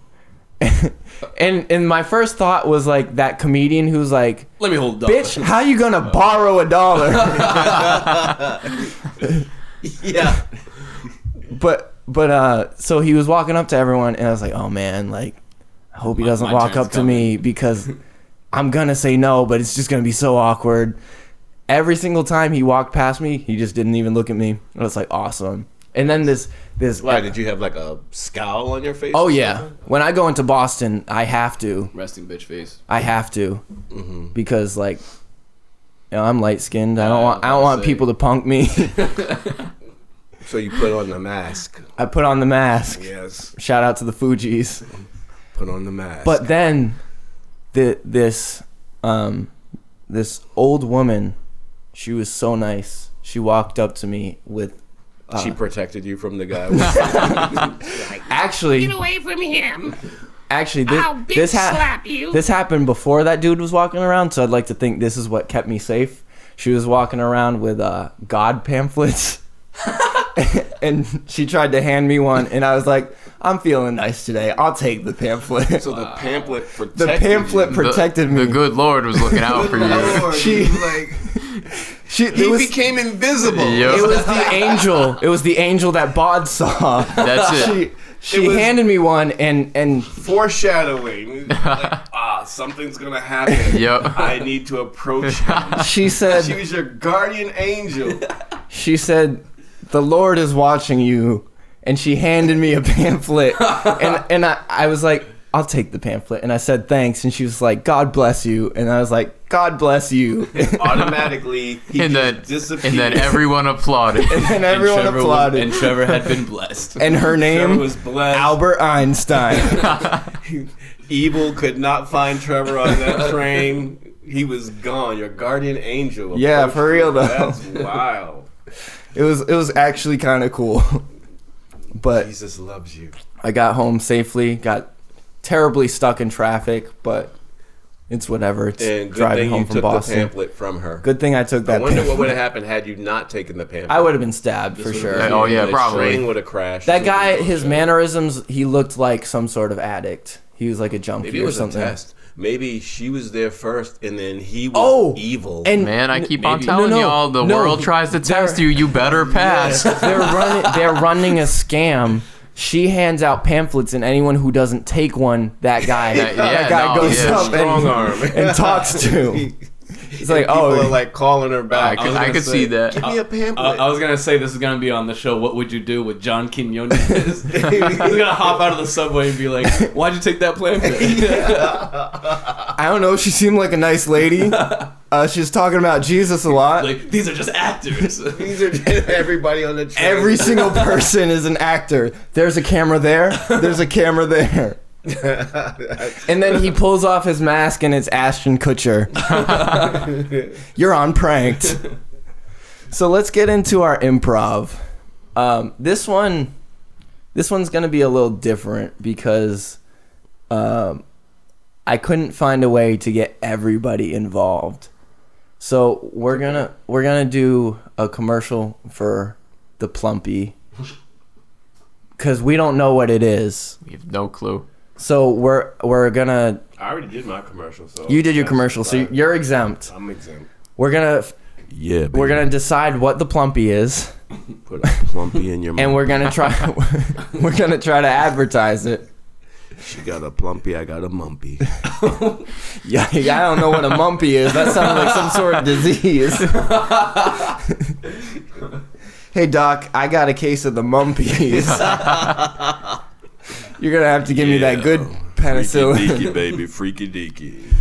Speaker 1: [LAUGHS] and and my first thought was like that comedian who's like,
Speaker 2: Let me hold up. [LAUGHS]
Speaker 1: "Bitch, how you gonna borrow a [LAUGHS] dollar?"
Speaker 3: Yeah.
Speaker 1: but but uh so he was walking up to everyone and i was like oh man like i hope he
Speaker 2: My-
Speaker 1: doesn't
Speaker 2: my
Speaker 1: walk
Speaker 2: turn's
Speaker 1: up to
Speaker 2: [LAUGHS]
Speaker 1: me because i'm gonna say no but it's just gonna be so awkward every single time he walked past me he just didn't even look at me i was like awesome and then this this
Speaker 3: Why did you have like a scowl on your face?
Speaker 1: oh yeah when i go into boston i have to
Speaker 2: Resting bitch face.
Speaker 1: i have to
Speaker 2: Mm-hmm.
Speaker 1: because like you know, i'm light-skinned i don't
Speaker 2: I
Speaker 1: want i don't
Speaker 2: was
Speaker 1: want
Speaker 2: gonna say.
Speaker 1: people to punk
Speaker 2: [LAUGHS]
Speaker 1: me
Speaker 3: So you put on the mask.
Speaker 1: i put on the mask
Speaker 3: Yes.
Speaker 1: shout out to the fugees
Speaker 3: Put on the mask.
Speaker 1: But then, the this um this old woman, she was so nice. She walked up to me with Ah.
Speaker 3: she protected you from
Speaker 1: [LAUGHS]
Speaker 3: the guy. [LAUGHS]
Speaker 1: actually
Speaker 6: Get away from him.
Speaker 1: actually this
Speaker 6: I'll bitch
Speaker 1: this, ha-
Speaker 6: slap you.
Speaker 1: this happened before that dude was walking around. So I'd like to think this is what kept me safe. She was walking around with uh God pamphlets. [LAUGHS] and she tried to hand me one, and I was like, "I'm feeling nice today. I'll take the pamphlet."
Speaker 3: so the pamphlet protected.
Speaker 1: the pamphlet [LAUGHS]
Speaker 4: The-
Speaker 1: protected
Speaker 4: the,
Speaker 1: me.
Speaker 4: good Lord was looking out for you.
Speaker 1: She-
Speaker 3: like
Speaker 1: she, it
Speaker 3: he
Speaker 1: was-
Speaker 3: became invisible.
Speaker 1: It
Speaker 4: Yo,
Speaker 1: was the angel. It was the angel that Bod saw.
Speaker 4: That's it.
Speaker 1: [LAUGHS] She, she
Speaker 3: It was-
Speaker 1: handed me one, and and
Speaker 3: Foreshadowing. Like, ah, something's gonna happen.
Speaker 4: Yo.
Speaker 3: I need to approach
Speaker 1: [LAUGHS]
Speaker 3: him.
Speaker 1: she
Speaker 3: She
Speaker 1: said
Speaker 3: was your guardian
Speaker 1: [LAUGHS]
Speaker 3: angel.
Speaker 1: she said, "The Lord is watching you," and she handed me a [LAUGHS] pamphlet, and and I, I was like, "I'll take the pamphlet," and I said thanks, and she was like, "God bless you," and I was like, "God bless [LAUGHS] you,w," and
Speaker 3: Automatically, [LAUGHS] he
Speaker 4: and then
Speaker 3: just disappeared.
Speaker 4: and then everyone
Speaker 1: [LAUGHS]
Speaker 4: applauded.
Speaker 1: then everyone
Speaker 2: Trevor was-
Speaker 1: applauded,
Speaker 2: and Trevor had
Speaker 1: [LAUGHS]
Speaker 2: been blessed.
Speaker 1: and her
Speaker 3: Trevor
Speaker 1: name
Speaker 3: was blessed.
Speaker 1: Albert Einstein.
Speaker 3: [LAUGHS] Evil could not find Trevor on
Speaker 1: [LAUGHS]
Speaker 3: that train. He was gone. Your guardian angel.
Speaker 1: Yeah,
Speaker 3: approached
Speaker 1: for real,
Speaker 3: you.
Speaker 1: though. [LAUGHS]
Speaker 3: That's wild.
Speaker 1: it was it was actually kind of cool, [LAUGHS] but
Speaker 3: Jesus loves you.
Speaker 1: I got home safely. Got terribly stuck in traffic, but it's whatever. It's
Speaker 3: And good
Speaker 1: driving
Speaker 3: thing
Speaker 1: home
Speaker 3: you
Speaker 1: from
Speaker 3: took
Speaker 1: Boston.
Speaker 3: the pamphlet from her.
Speaker 1: Good thing I took
Speaker 3: I
Speaker 1: that.
Speaker 3: wonder
Speaker 1: pamphlet.
Speaker 3: what would have happened had you not taken the pamphlet.
Speaker 1: I would have been stabbed for
Speaker 2: would've
Speaker 1: sure.
Speaker 2: been-
Speaker 4: Oh yeah,
Speaker 3: The
Speaker 4: probably.
Speaker 3: train would have crashed.
Speaker 1: That guy, his mannerisms, he looked like some sort of addict. He was like a junkie
Speaker 3: Maybe it
Speaker 1: or
Speaker 3: was a
Speaker 1: something.
Speaker 3: test. Maybe she was there first, and then he was
Speaker 1: Oh,
Speaker 3: evil.
Speaker 1: And
Speaker 4: Man, I keep on
Speaker 2: Maybe.
Speaker 4: telling
Speaker 1: No, no,
Speaker 4: y'all the
Speaker 1: no,
Speaker 4: world tries to
Speaker 1: they're-
Speaker 4: test you. You better pass.
Speaker 1: they're running. They're running a scam. She hands out pamphlets, and anyone who doesn't take one, that guy,
Speaker 4: That-
Speaker 1: that,
Speaker 4: yeah,
Speaker 1: guy
Speaker 4: no,
Speaker 1: goes
Speaker 4: yeah.
Speaker 1: up
Speaker 3: strong
Speaker 1: [LAUGHS] and,
Speaker 3: arm. [LAUGHS]
Speaker 1: and talks to. It's like,
Speaker 3: people
Speaker 1: oh,
Speaker 3: are like calling her back.
Speaker 4: I could,
Speaker 2: was
Speaker 4: I
Speaker 2: gonna
Speaker 4: could
Speaker 2: say-
Speaker 4: see that. Uh,
Speaker 3: Give me a
Speaker 2: I,
Speaker 3: pamphlet.
Speaker 2: I was gonna say this is gonna be on the show. What would you do with John
Speaker 1: [LAUGHS]
Speaker 2: Quinones? [LAUGHS] He's gonna hop out of the subway and be like, "Why'd you take that
Speaker 1: [LAUGHS]
Speaker 2: pamphlet?" [LAUGHS]
Speaker 1: I don't know. She seemed like a nice lady. Uh, she was talking about Jesus a lot.
Speaker 2: [LAUGHS] like these are just actors.
Speaker 3: These are just [LAUGHS] everybody on the train. [LAUGHS]
Speaker 1: Every single person is an actor. There's a camera there. There's a camera there. And then he pulls off his mask and it's Ashton Kutcher. You're on pranked. So let's get into our improv. Um, this one, this one's gonna be a little different because um, I couldn't find a way to get everybody involved. So we're gonna we're gonna do a commercial for the Plumpy because we don't know what it is.
Speaker 4: We have no clue.
Speaker 1: So we're we're gonna
Speaker 3: I already did my commercial, so
Speaker 1: you did your
Speaker 3: that's
Speaker 1: commercial, so
Speaker 3: fine.
Speaker 1: you're exempt.
Speaker 3: I'm exempt.
Speaker 1: We're gonna
Speaker 3: Yeah,
Speaker 1: we're gonna decide what the plumpy is,
Speaker 3: put a plumpy in your
Speaker 1: [LAUGHS]
Speaker 3: mouth.
Speaker 1: and we're gonna try we're gonna try to advertise it.
Speaker 3: she got a plumpy, I got a mumpy.
Speaker 1: Yeah, [LAUGHS] I don't know what a mumpy is. That sounds like some sort of disease. [LAUGHS] hey doc, I got a case of the mumpies. [LAUGHS] you're gonna have to give me that good [LAUGHS] penicillin.
Speaker 3: deaky, baby, freaky deaky.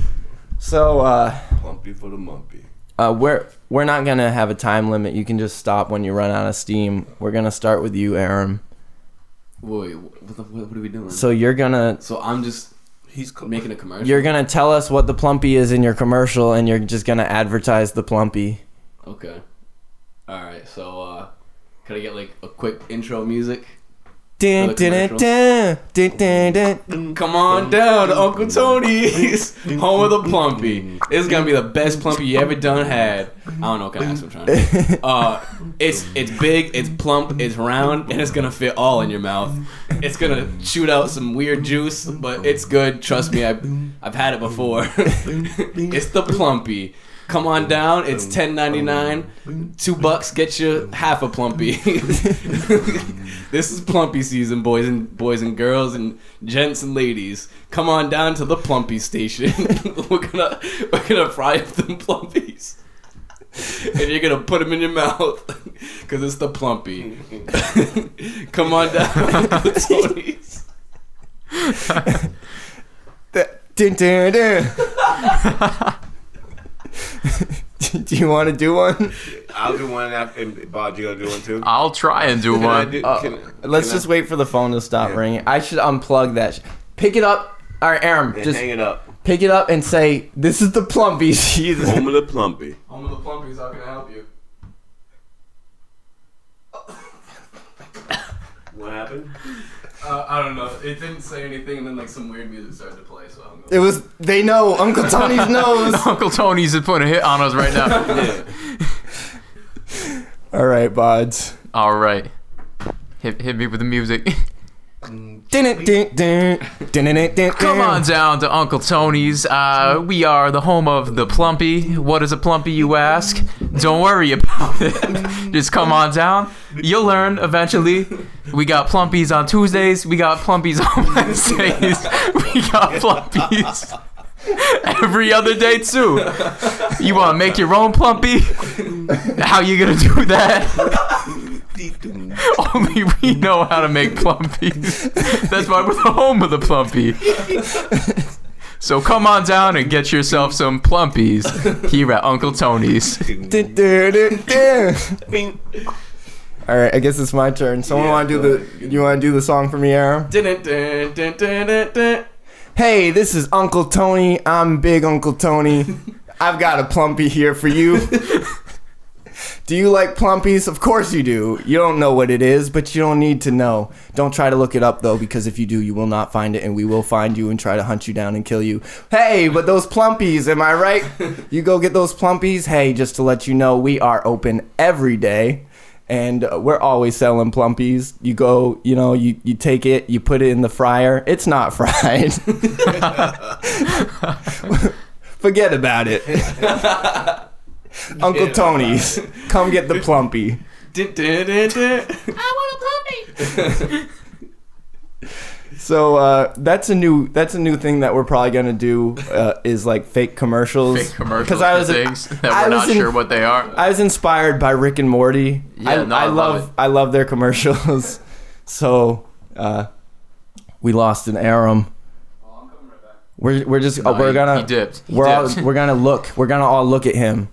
Speaker 1: So. uh...
Speaker 3: Plumpy for the mumpy.
Speaker 1: Uh, we're we're not gonna have a time limit. You can just stop when you run out of steam. We're gonna start with you, Aaron.
Speaker 2: Wait, what, the, what, what are we doing?
Speaker 1: So you're gonna
Speaker 2: so I'm just
Speaker 3: He's co-
Speaker 2: making a commercial.
Speaker 1: you're gonna tell us what the plumpy is in your commercial, and you're just gonna advertise the plumpy.
Speaker 2: okay. All right. So uh, can I get like a quick intro music?
Speaker 1: Dun,
Speaker 2: For the
Speaker 1: dun, dun, dun, dun, dun, dun.
Speaker 2: Come on down to Uncle Tony's, [LAUGHS] home of the plumpy. This is gonna be the best plumpy you ever done had. I don't know what kind of ass I'm trying to. do. Uh, it's it's big, it's plump, it's round, and it's gonna fit all in your mouth. It's gonna shoot out some weird juice, but it's good. Trust me, I've I've had it before. [LAUGHS]
Speaker 3: [LAUGHS]
Speaker 2: it's the plumpy. Come on down. It's ten ninety nine. Two bucks get you half a plumpy. [LAUGHS] this is plumpy season, boys and boys and girls and gents and ladies. Come on down to the plumpy station. [LAUGHS] we're gonna we're gonna fry up them plumpies, and you're gonna put them in your mouth [LAUGHS] because it's the plumpy. [LAUGHS] Come on down, to the Tony's.
Speaker 1: Dun, dun, dun. [LAUGHS] do you want to do one?
Speaker 3: I'll do one after. And Bob, you gonna do one too?
Speaker 4: I'll try and do
Speaker 3: Can I
Speaker 4: one.
Speaker 3: do-
Speaker 1: Uh,
Speaker 3: can-
Speaker 1: Let's
Speaker 3: can
Speaker 1: just wait for the phone to stop
Speaker 3: Yeah.
Speaker 1: ringing. I should unplug that. Sh- Pick it up. All right, Aaron,
Speaker 3: I,
Speaker 1: just
Speaker 3: hang it up.
Speaker 1: pick it up and say, "This is the plumpy
Speaker 3: [LAUGHS]
Speaker 1: season."
Speaker 3: Home of the plumpy.
Speaker 2: Home of the plumpies. How can I help you?
Speaker 3: What happened?
Speaker 2: Uh, I don't know. It didn't say anything, and then like some weird music started to play. So I'm
Speaker 1: It was they know Uncle
Speaker 3: [LAUGHS]
Speaker 1: Tony's knows.
Speaker 4: [LAUGHS] Uncle Tony's is putting a hit on us right now. [LAUGHS]
Speaker 1: All right, bods.
Speaker 4: All right. Hit, hit me with the music. [LAUGHS]
Speaker 1: Dun it, dun, dun, dun, dun, dun, dun.
Speaker 4: Come on down to Uncle Tony's. Uh, we are the home of the Plumpy. What is a Plumpy, you ask? Don't worry about it. [LAUGHS] Just come on down. You'll learn eventually. We got Plumpies on Tuesdays. We got Plumpies [LAUGHS] on Wednesdays. We got Plumpies [LAUGHS] every other day, too. You want to make your own Plumpy? How you going to do that? [LAUGHS] Only we know how to make plumpies. That's why we're the home of the plumpy. So come on down and get yourself some plumpies here at Uncle Tony's.
Speaker 1: Dun, dun, dun, dun. All right, I guess it's my turn. Someone want to do the? You want to do the song for me, Aaron?
Speaker 2: going.
Speaker 1: Hey, this is Uncle Tony. I'm Big Uncle Tony. I've got a plumpy here for you. do you like plumpies? Of course you do. You don't know what it is, but you don't need to know. Don't try to look it up though, because if you do, you will not find it, and we will find you and try to hunt you down and kill you. Hey, but those plumpies, am I right? You go get those plumpies. Hey, just to let you know, we are open every day. And uh, we're always selling plumpies. You go, you know, you, you take it, you put it in the fryer. It's not [LAUGHS] fried. [LAUGHS] Forget about
Speaker 4: [LAUGHS]
Speaker 1: it. Uncle Tony's. Come get the plumpy.
Speaker 2: Dun, dun, dun, dun.
Speaker 6: I want a puppy.
Speaker 1: So uh, that's a new that's a new thing that we're probably gonna do uh, is like fake commercials.
Speaker 4: Fake commercials I was, things that we're
Speaker 1: I was
Speaker 4: not
Speaker 1: in-
Speaker 4: sure what they are.
Speaker 1: I was inspired by Rick and Morty.
Speaker 4: Yeah,
Speaker 1: I,
Speaker 4: no, I love
Speaker 1: love
Speaker 4: it.
Speaker 1: I love their commercials. [LAUGHS] so uh, we lost an Aram. We're we're just oh,
Speaker 4: No,
Speaker 1: we're
Speaker 4: he-
Speaker 1: gonna
Speaker 4: he dipped. He
Speaker 1: we're all,
Speaker 4: dipped.
Speaker 1: we're gonna look we're gonna all look at him.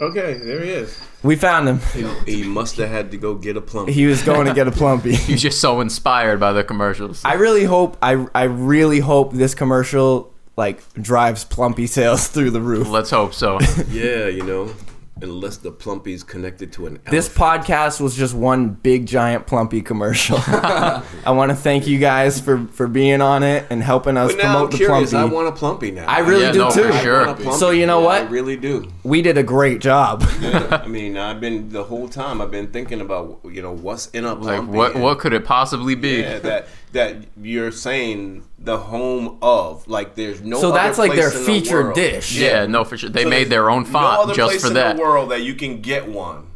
Speaker 3: Okay, there he is.
Speaker 1: We found him.
Speaker 3: He must have had to go get a plum.
Speaker 1: He was going to get a
Speaker 3: [LAUGHS]
Speaker 1: plumpy.
Speaker 4: You're just so inspired by the commercials.
Speaker 1: I really hope I I really hope this commercial like drives plumpy sales through the roof.
Speaker 4: Let's
Speaker 1: [LAUGHS]
Speaker 4: hope so.
Speaker 3: yeah, you know, unless the plumpy's connected to an
Speaker 1: This
Speaker 3: elephant.
Speaker 1: podcast was just one big giant plumpy
Speaker 3: [LAUGHS]
Speaker 1: commercial. I want to thank you guys for for being on it and helping us
Speaker 3: But now I'm
Speaker 1: promote the
Speaker 3: curious.
Speaker 1: plumpy.
Speaker 3: I want a plumpy now.
Speaker 1: I really
Speaker 4: Yeah,
Speaker 1: do
Speaker 4: no,
Speaker 1: too.
Speaker 4: for sure.
Speaker 3: want a plumpy.
Speaker 1: So you know
Speaker 3: Yeah,
Speaker 1: what?
Speaker 3: I really do.
Speaker 1: We did a great
Speaker 3: [LAUGHS]
Speaker 1: job.
Speaker 3: I mean, I've been the whole time. I've been thinking about you know what's in a
Speaker 4: Like
Speaker 3: plumpy.
Speaker 4: what
Speaker 3: and-
Speaker 4: what could it possibly be?
Speaker 3: Yeah, that that you're saying the home of like there's no.
Speaker 1: so
Speaker 3: other
Speaker 1: that's like their
Speaker 3: place in the
Speaker 1: featured
Speaker 3: world.
Speaker 1: dish.
Speaker 4: Yeah, no, for sure. They
Speaker 3: So
Speaker 4: made
Speaker 3: there's
Speaker 4: their own
Speaker 3: no
Speaker 4: font
Speaker 3: other
Speaker 4: just
Speaker 3: place
Speaker 4: for
Speaker 3: in
Speaker 4: that.
Speaker 3: The world that you can get one,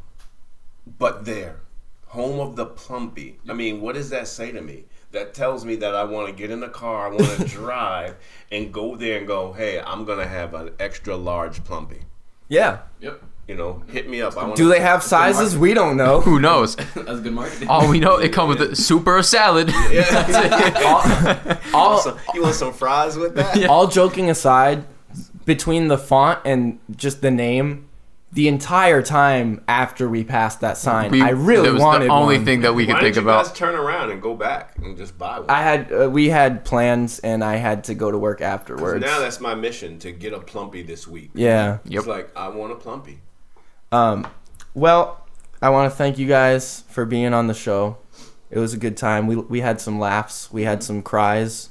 Speaker 3: but there, home of the plumpy. I mean, what does that say to me? That tells me that I want to get in the car, I want
Speaker 4: [LAUGHS]
Speaker 3: to drive, and go there and go. Hey, I'm gonna have an extra large plumpy.
Speaker 1: Yeah.
Speaker 2: Yep.
Speaker 3: You know, hit me up. I wanna,
Speaker 1: Do
Speaker 3: [LAUGHS]
Speaker 1: they have sizes? We don't know.
Speaker 4: Who knows?
Speaker 2: That's good marketing.
Speaker 4: All
Speaker 2: [LAUGHS]
Speaker 4: we know, it comes with a super salad.
Speaker 3: [LAUGHS]
Speaker 4: [LAUGHS]
Speaker 1: All,
Speaker 3: You want some fries with that?
Speaker 1: all joking aside, between the font and just the name, the entire time after we passed that sign,
Speaker 4: We-
Speaker 1: I really
Speaker 4: that was
Speaker 1: wanted
Speaker 4: the only
Speaker 1: one.
Speaker 4: thing that we could
Speaker 3: Why
Speaker 4: think
Speaker 3: don't you
Speaker 4: about.
Speaker 3: guys turn around and go back and just buy one?
Speaker 1: I had uh, we had plans and I had to go to work
Speaker 3: So
Speaker 1: afterwards.
Speaker 3: now that's my mission to get a plumpy this week.
Speaker 1: yeah.
Speaker 4: Yep.
Speaker 3: It's like I want a plumpy.
Speaker 1: Um, well, I want to thank you guys for being on the show. It was a good time. We we had some laughs. We had some cries.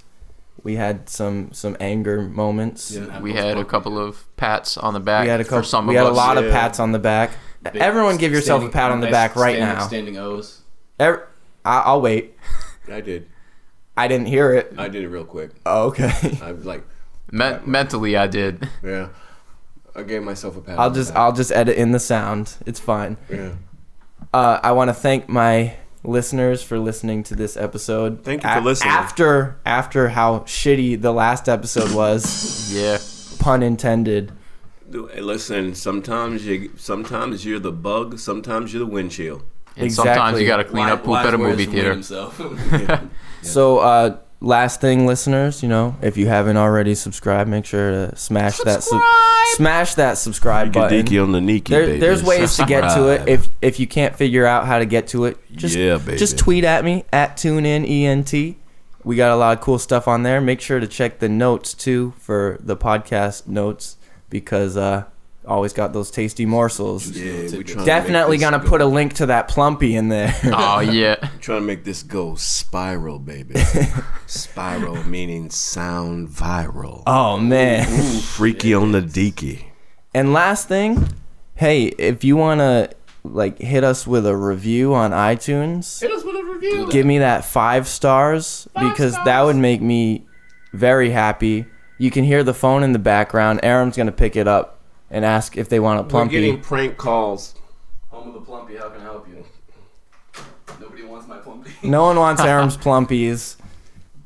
Speaker 1: We had some some anger moments.
Speaker 2: Yeah.
Speaker 4: we had a couple of pats on the back
Speaker 1: We had a couple.
Speaker 4: for some
Speaker 1: we
Speaker 4: of
Speaker 1: had a
Speaker 4: us.
Speaker 1: lot of
Speaker 3: Yeah.
Speaker 1: pats on the back.
Speaker 2: Big
Speaker 1: Everyone, give yourself a
Speaker 2: standing-
Speaker 1: pat on the
Speaker 2: nice
Speaker 1: back right
Speaker 2: standing-
Speaker 1: now.
Speaker 2: Standing O's.
Speaker 1: Ev- I, I'll wait.
Speaker 3: I did.
Speaker 1: I didn't hear it.
Speaker 3: I did it real quick.
Speaker 1: Oh, okay. [LAUGHS]
Speaker 3: I was like,
Speaker 4: Me- mentally, I did. [LAUGHS]
Speaker 3: yeah. I gave myself a pat.
Speaker 1: I'll
Speaker 3: on the
Speaker 1: just
Speaker 3: back.
Speaker 1: I'll just edit in the sound. It's fine.
Speaker 3: yeah.
Speaker 1: Uh, I want to thank my listeners for listening to this episode.
Speaker 3: Thank you for listening.
Speaker 1: After after how shitty the last episode was,
Speaker 4: Yeah.
Speaker 1: pun intended.
Speaker 3: Hey, Listen, sometimes you sometimes you're the bug, sometimes you're the windshield.
Speaker 4: And sometimes
Speaker 1: Exactly.
Speaker 4: you got to clean up poop at a movie theater.
Speaker 1: [LAUGHS] So uh, last thing, listeners, you know, if you haven't already subscribed, make sure to smash that su- smash that subscribe button.
Speaker 3: on the Nikki,
Speaker 1: There, there's ways to get to
Speaker 3: [LAUGHS]
Speaker 1: it. If if you can't figure out how to get to it, just
Speaker 3: Yeah, baby.
Speaker 1: just tweet at me at TuneInENT. We got a lot of cool stuff on there. Make sure to check the notes too for the podcast notes because uh, always got those tasty morsels.
Speaker 3: yeah, we trying
Speaker 1: Definitely
Speaker 3: to make
Speaker 1: gonna
Speaker 3: this go,
Speaker 1: put a link to that plumpy in
Speaker 3: [LAUGHS]
Speaker 1: there.
Speaker 4: [LAUGHS]
Speaker 1: [LAUGHS]
Speaker 4: Oh yeah.
Speaker 3: trying to make this go spiral,
Speaker 1: [LAUGHS]
Speaker 3: baby. spiral meaning sound viral.
Speaker 1: oh
Speaker 3: [LAUGHS]
Speaker 1: man.
Speaker 3: Ooh, freaky on the deaky.
Speaker 1: And last thing, hey, if you wanna like hit us with a review on iTunes,
Speaker 2: Hit us with a review.
Speaker 1: give me that five stars because that would make me very happy. You can hear the phone in the background. Aram's gonna pick it up and ask if they want a
Speaker 3: We're getting
Speaker 1: plumpy.
Speaker 3: prank calls.
Speaker 2: Home of the plumpy. How can I help you? Nobody wants my plumpy.
Speaker 1: No one
Speaker 3: [LAUGHS]
Speaker 1: wants Aram's plumpies.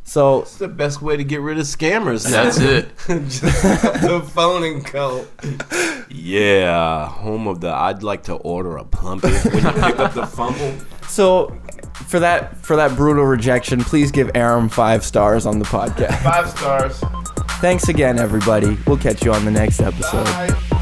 Speaker 1: So
Speaker 3: It's the best way to get rid of [LAUGHS] scammers.
Speaker 4: [LAUGHS] That's it.
Speaker 3: Just pick up the phone and go. Yeah, home of the. I'd like to order a [LAUGHS] plumpy. When you pick up the fumble,
Speaker 1: so for that for that brutal rejection, please give Aram five stars
Speaker 2: [LAUGHS]
Speaker 1: on the podcast.
Speaker 3: five stars.
Speaker 1: Thanks again, everybody. We'll catch you on the next episode.
Speaker 3: Bye.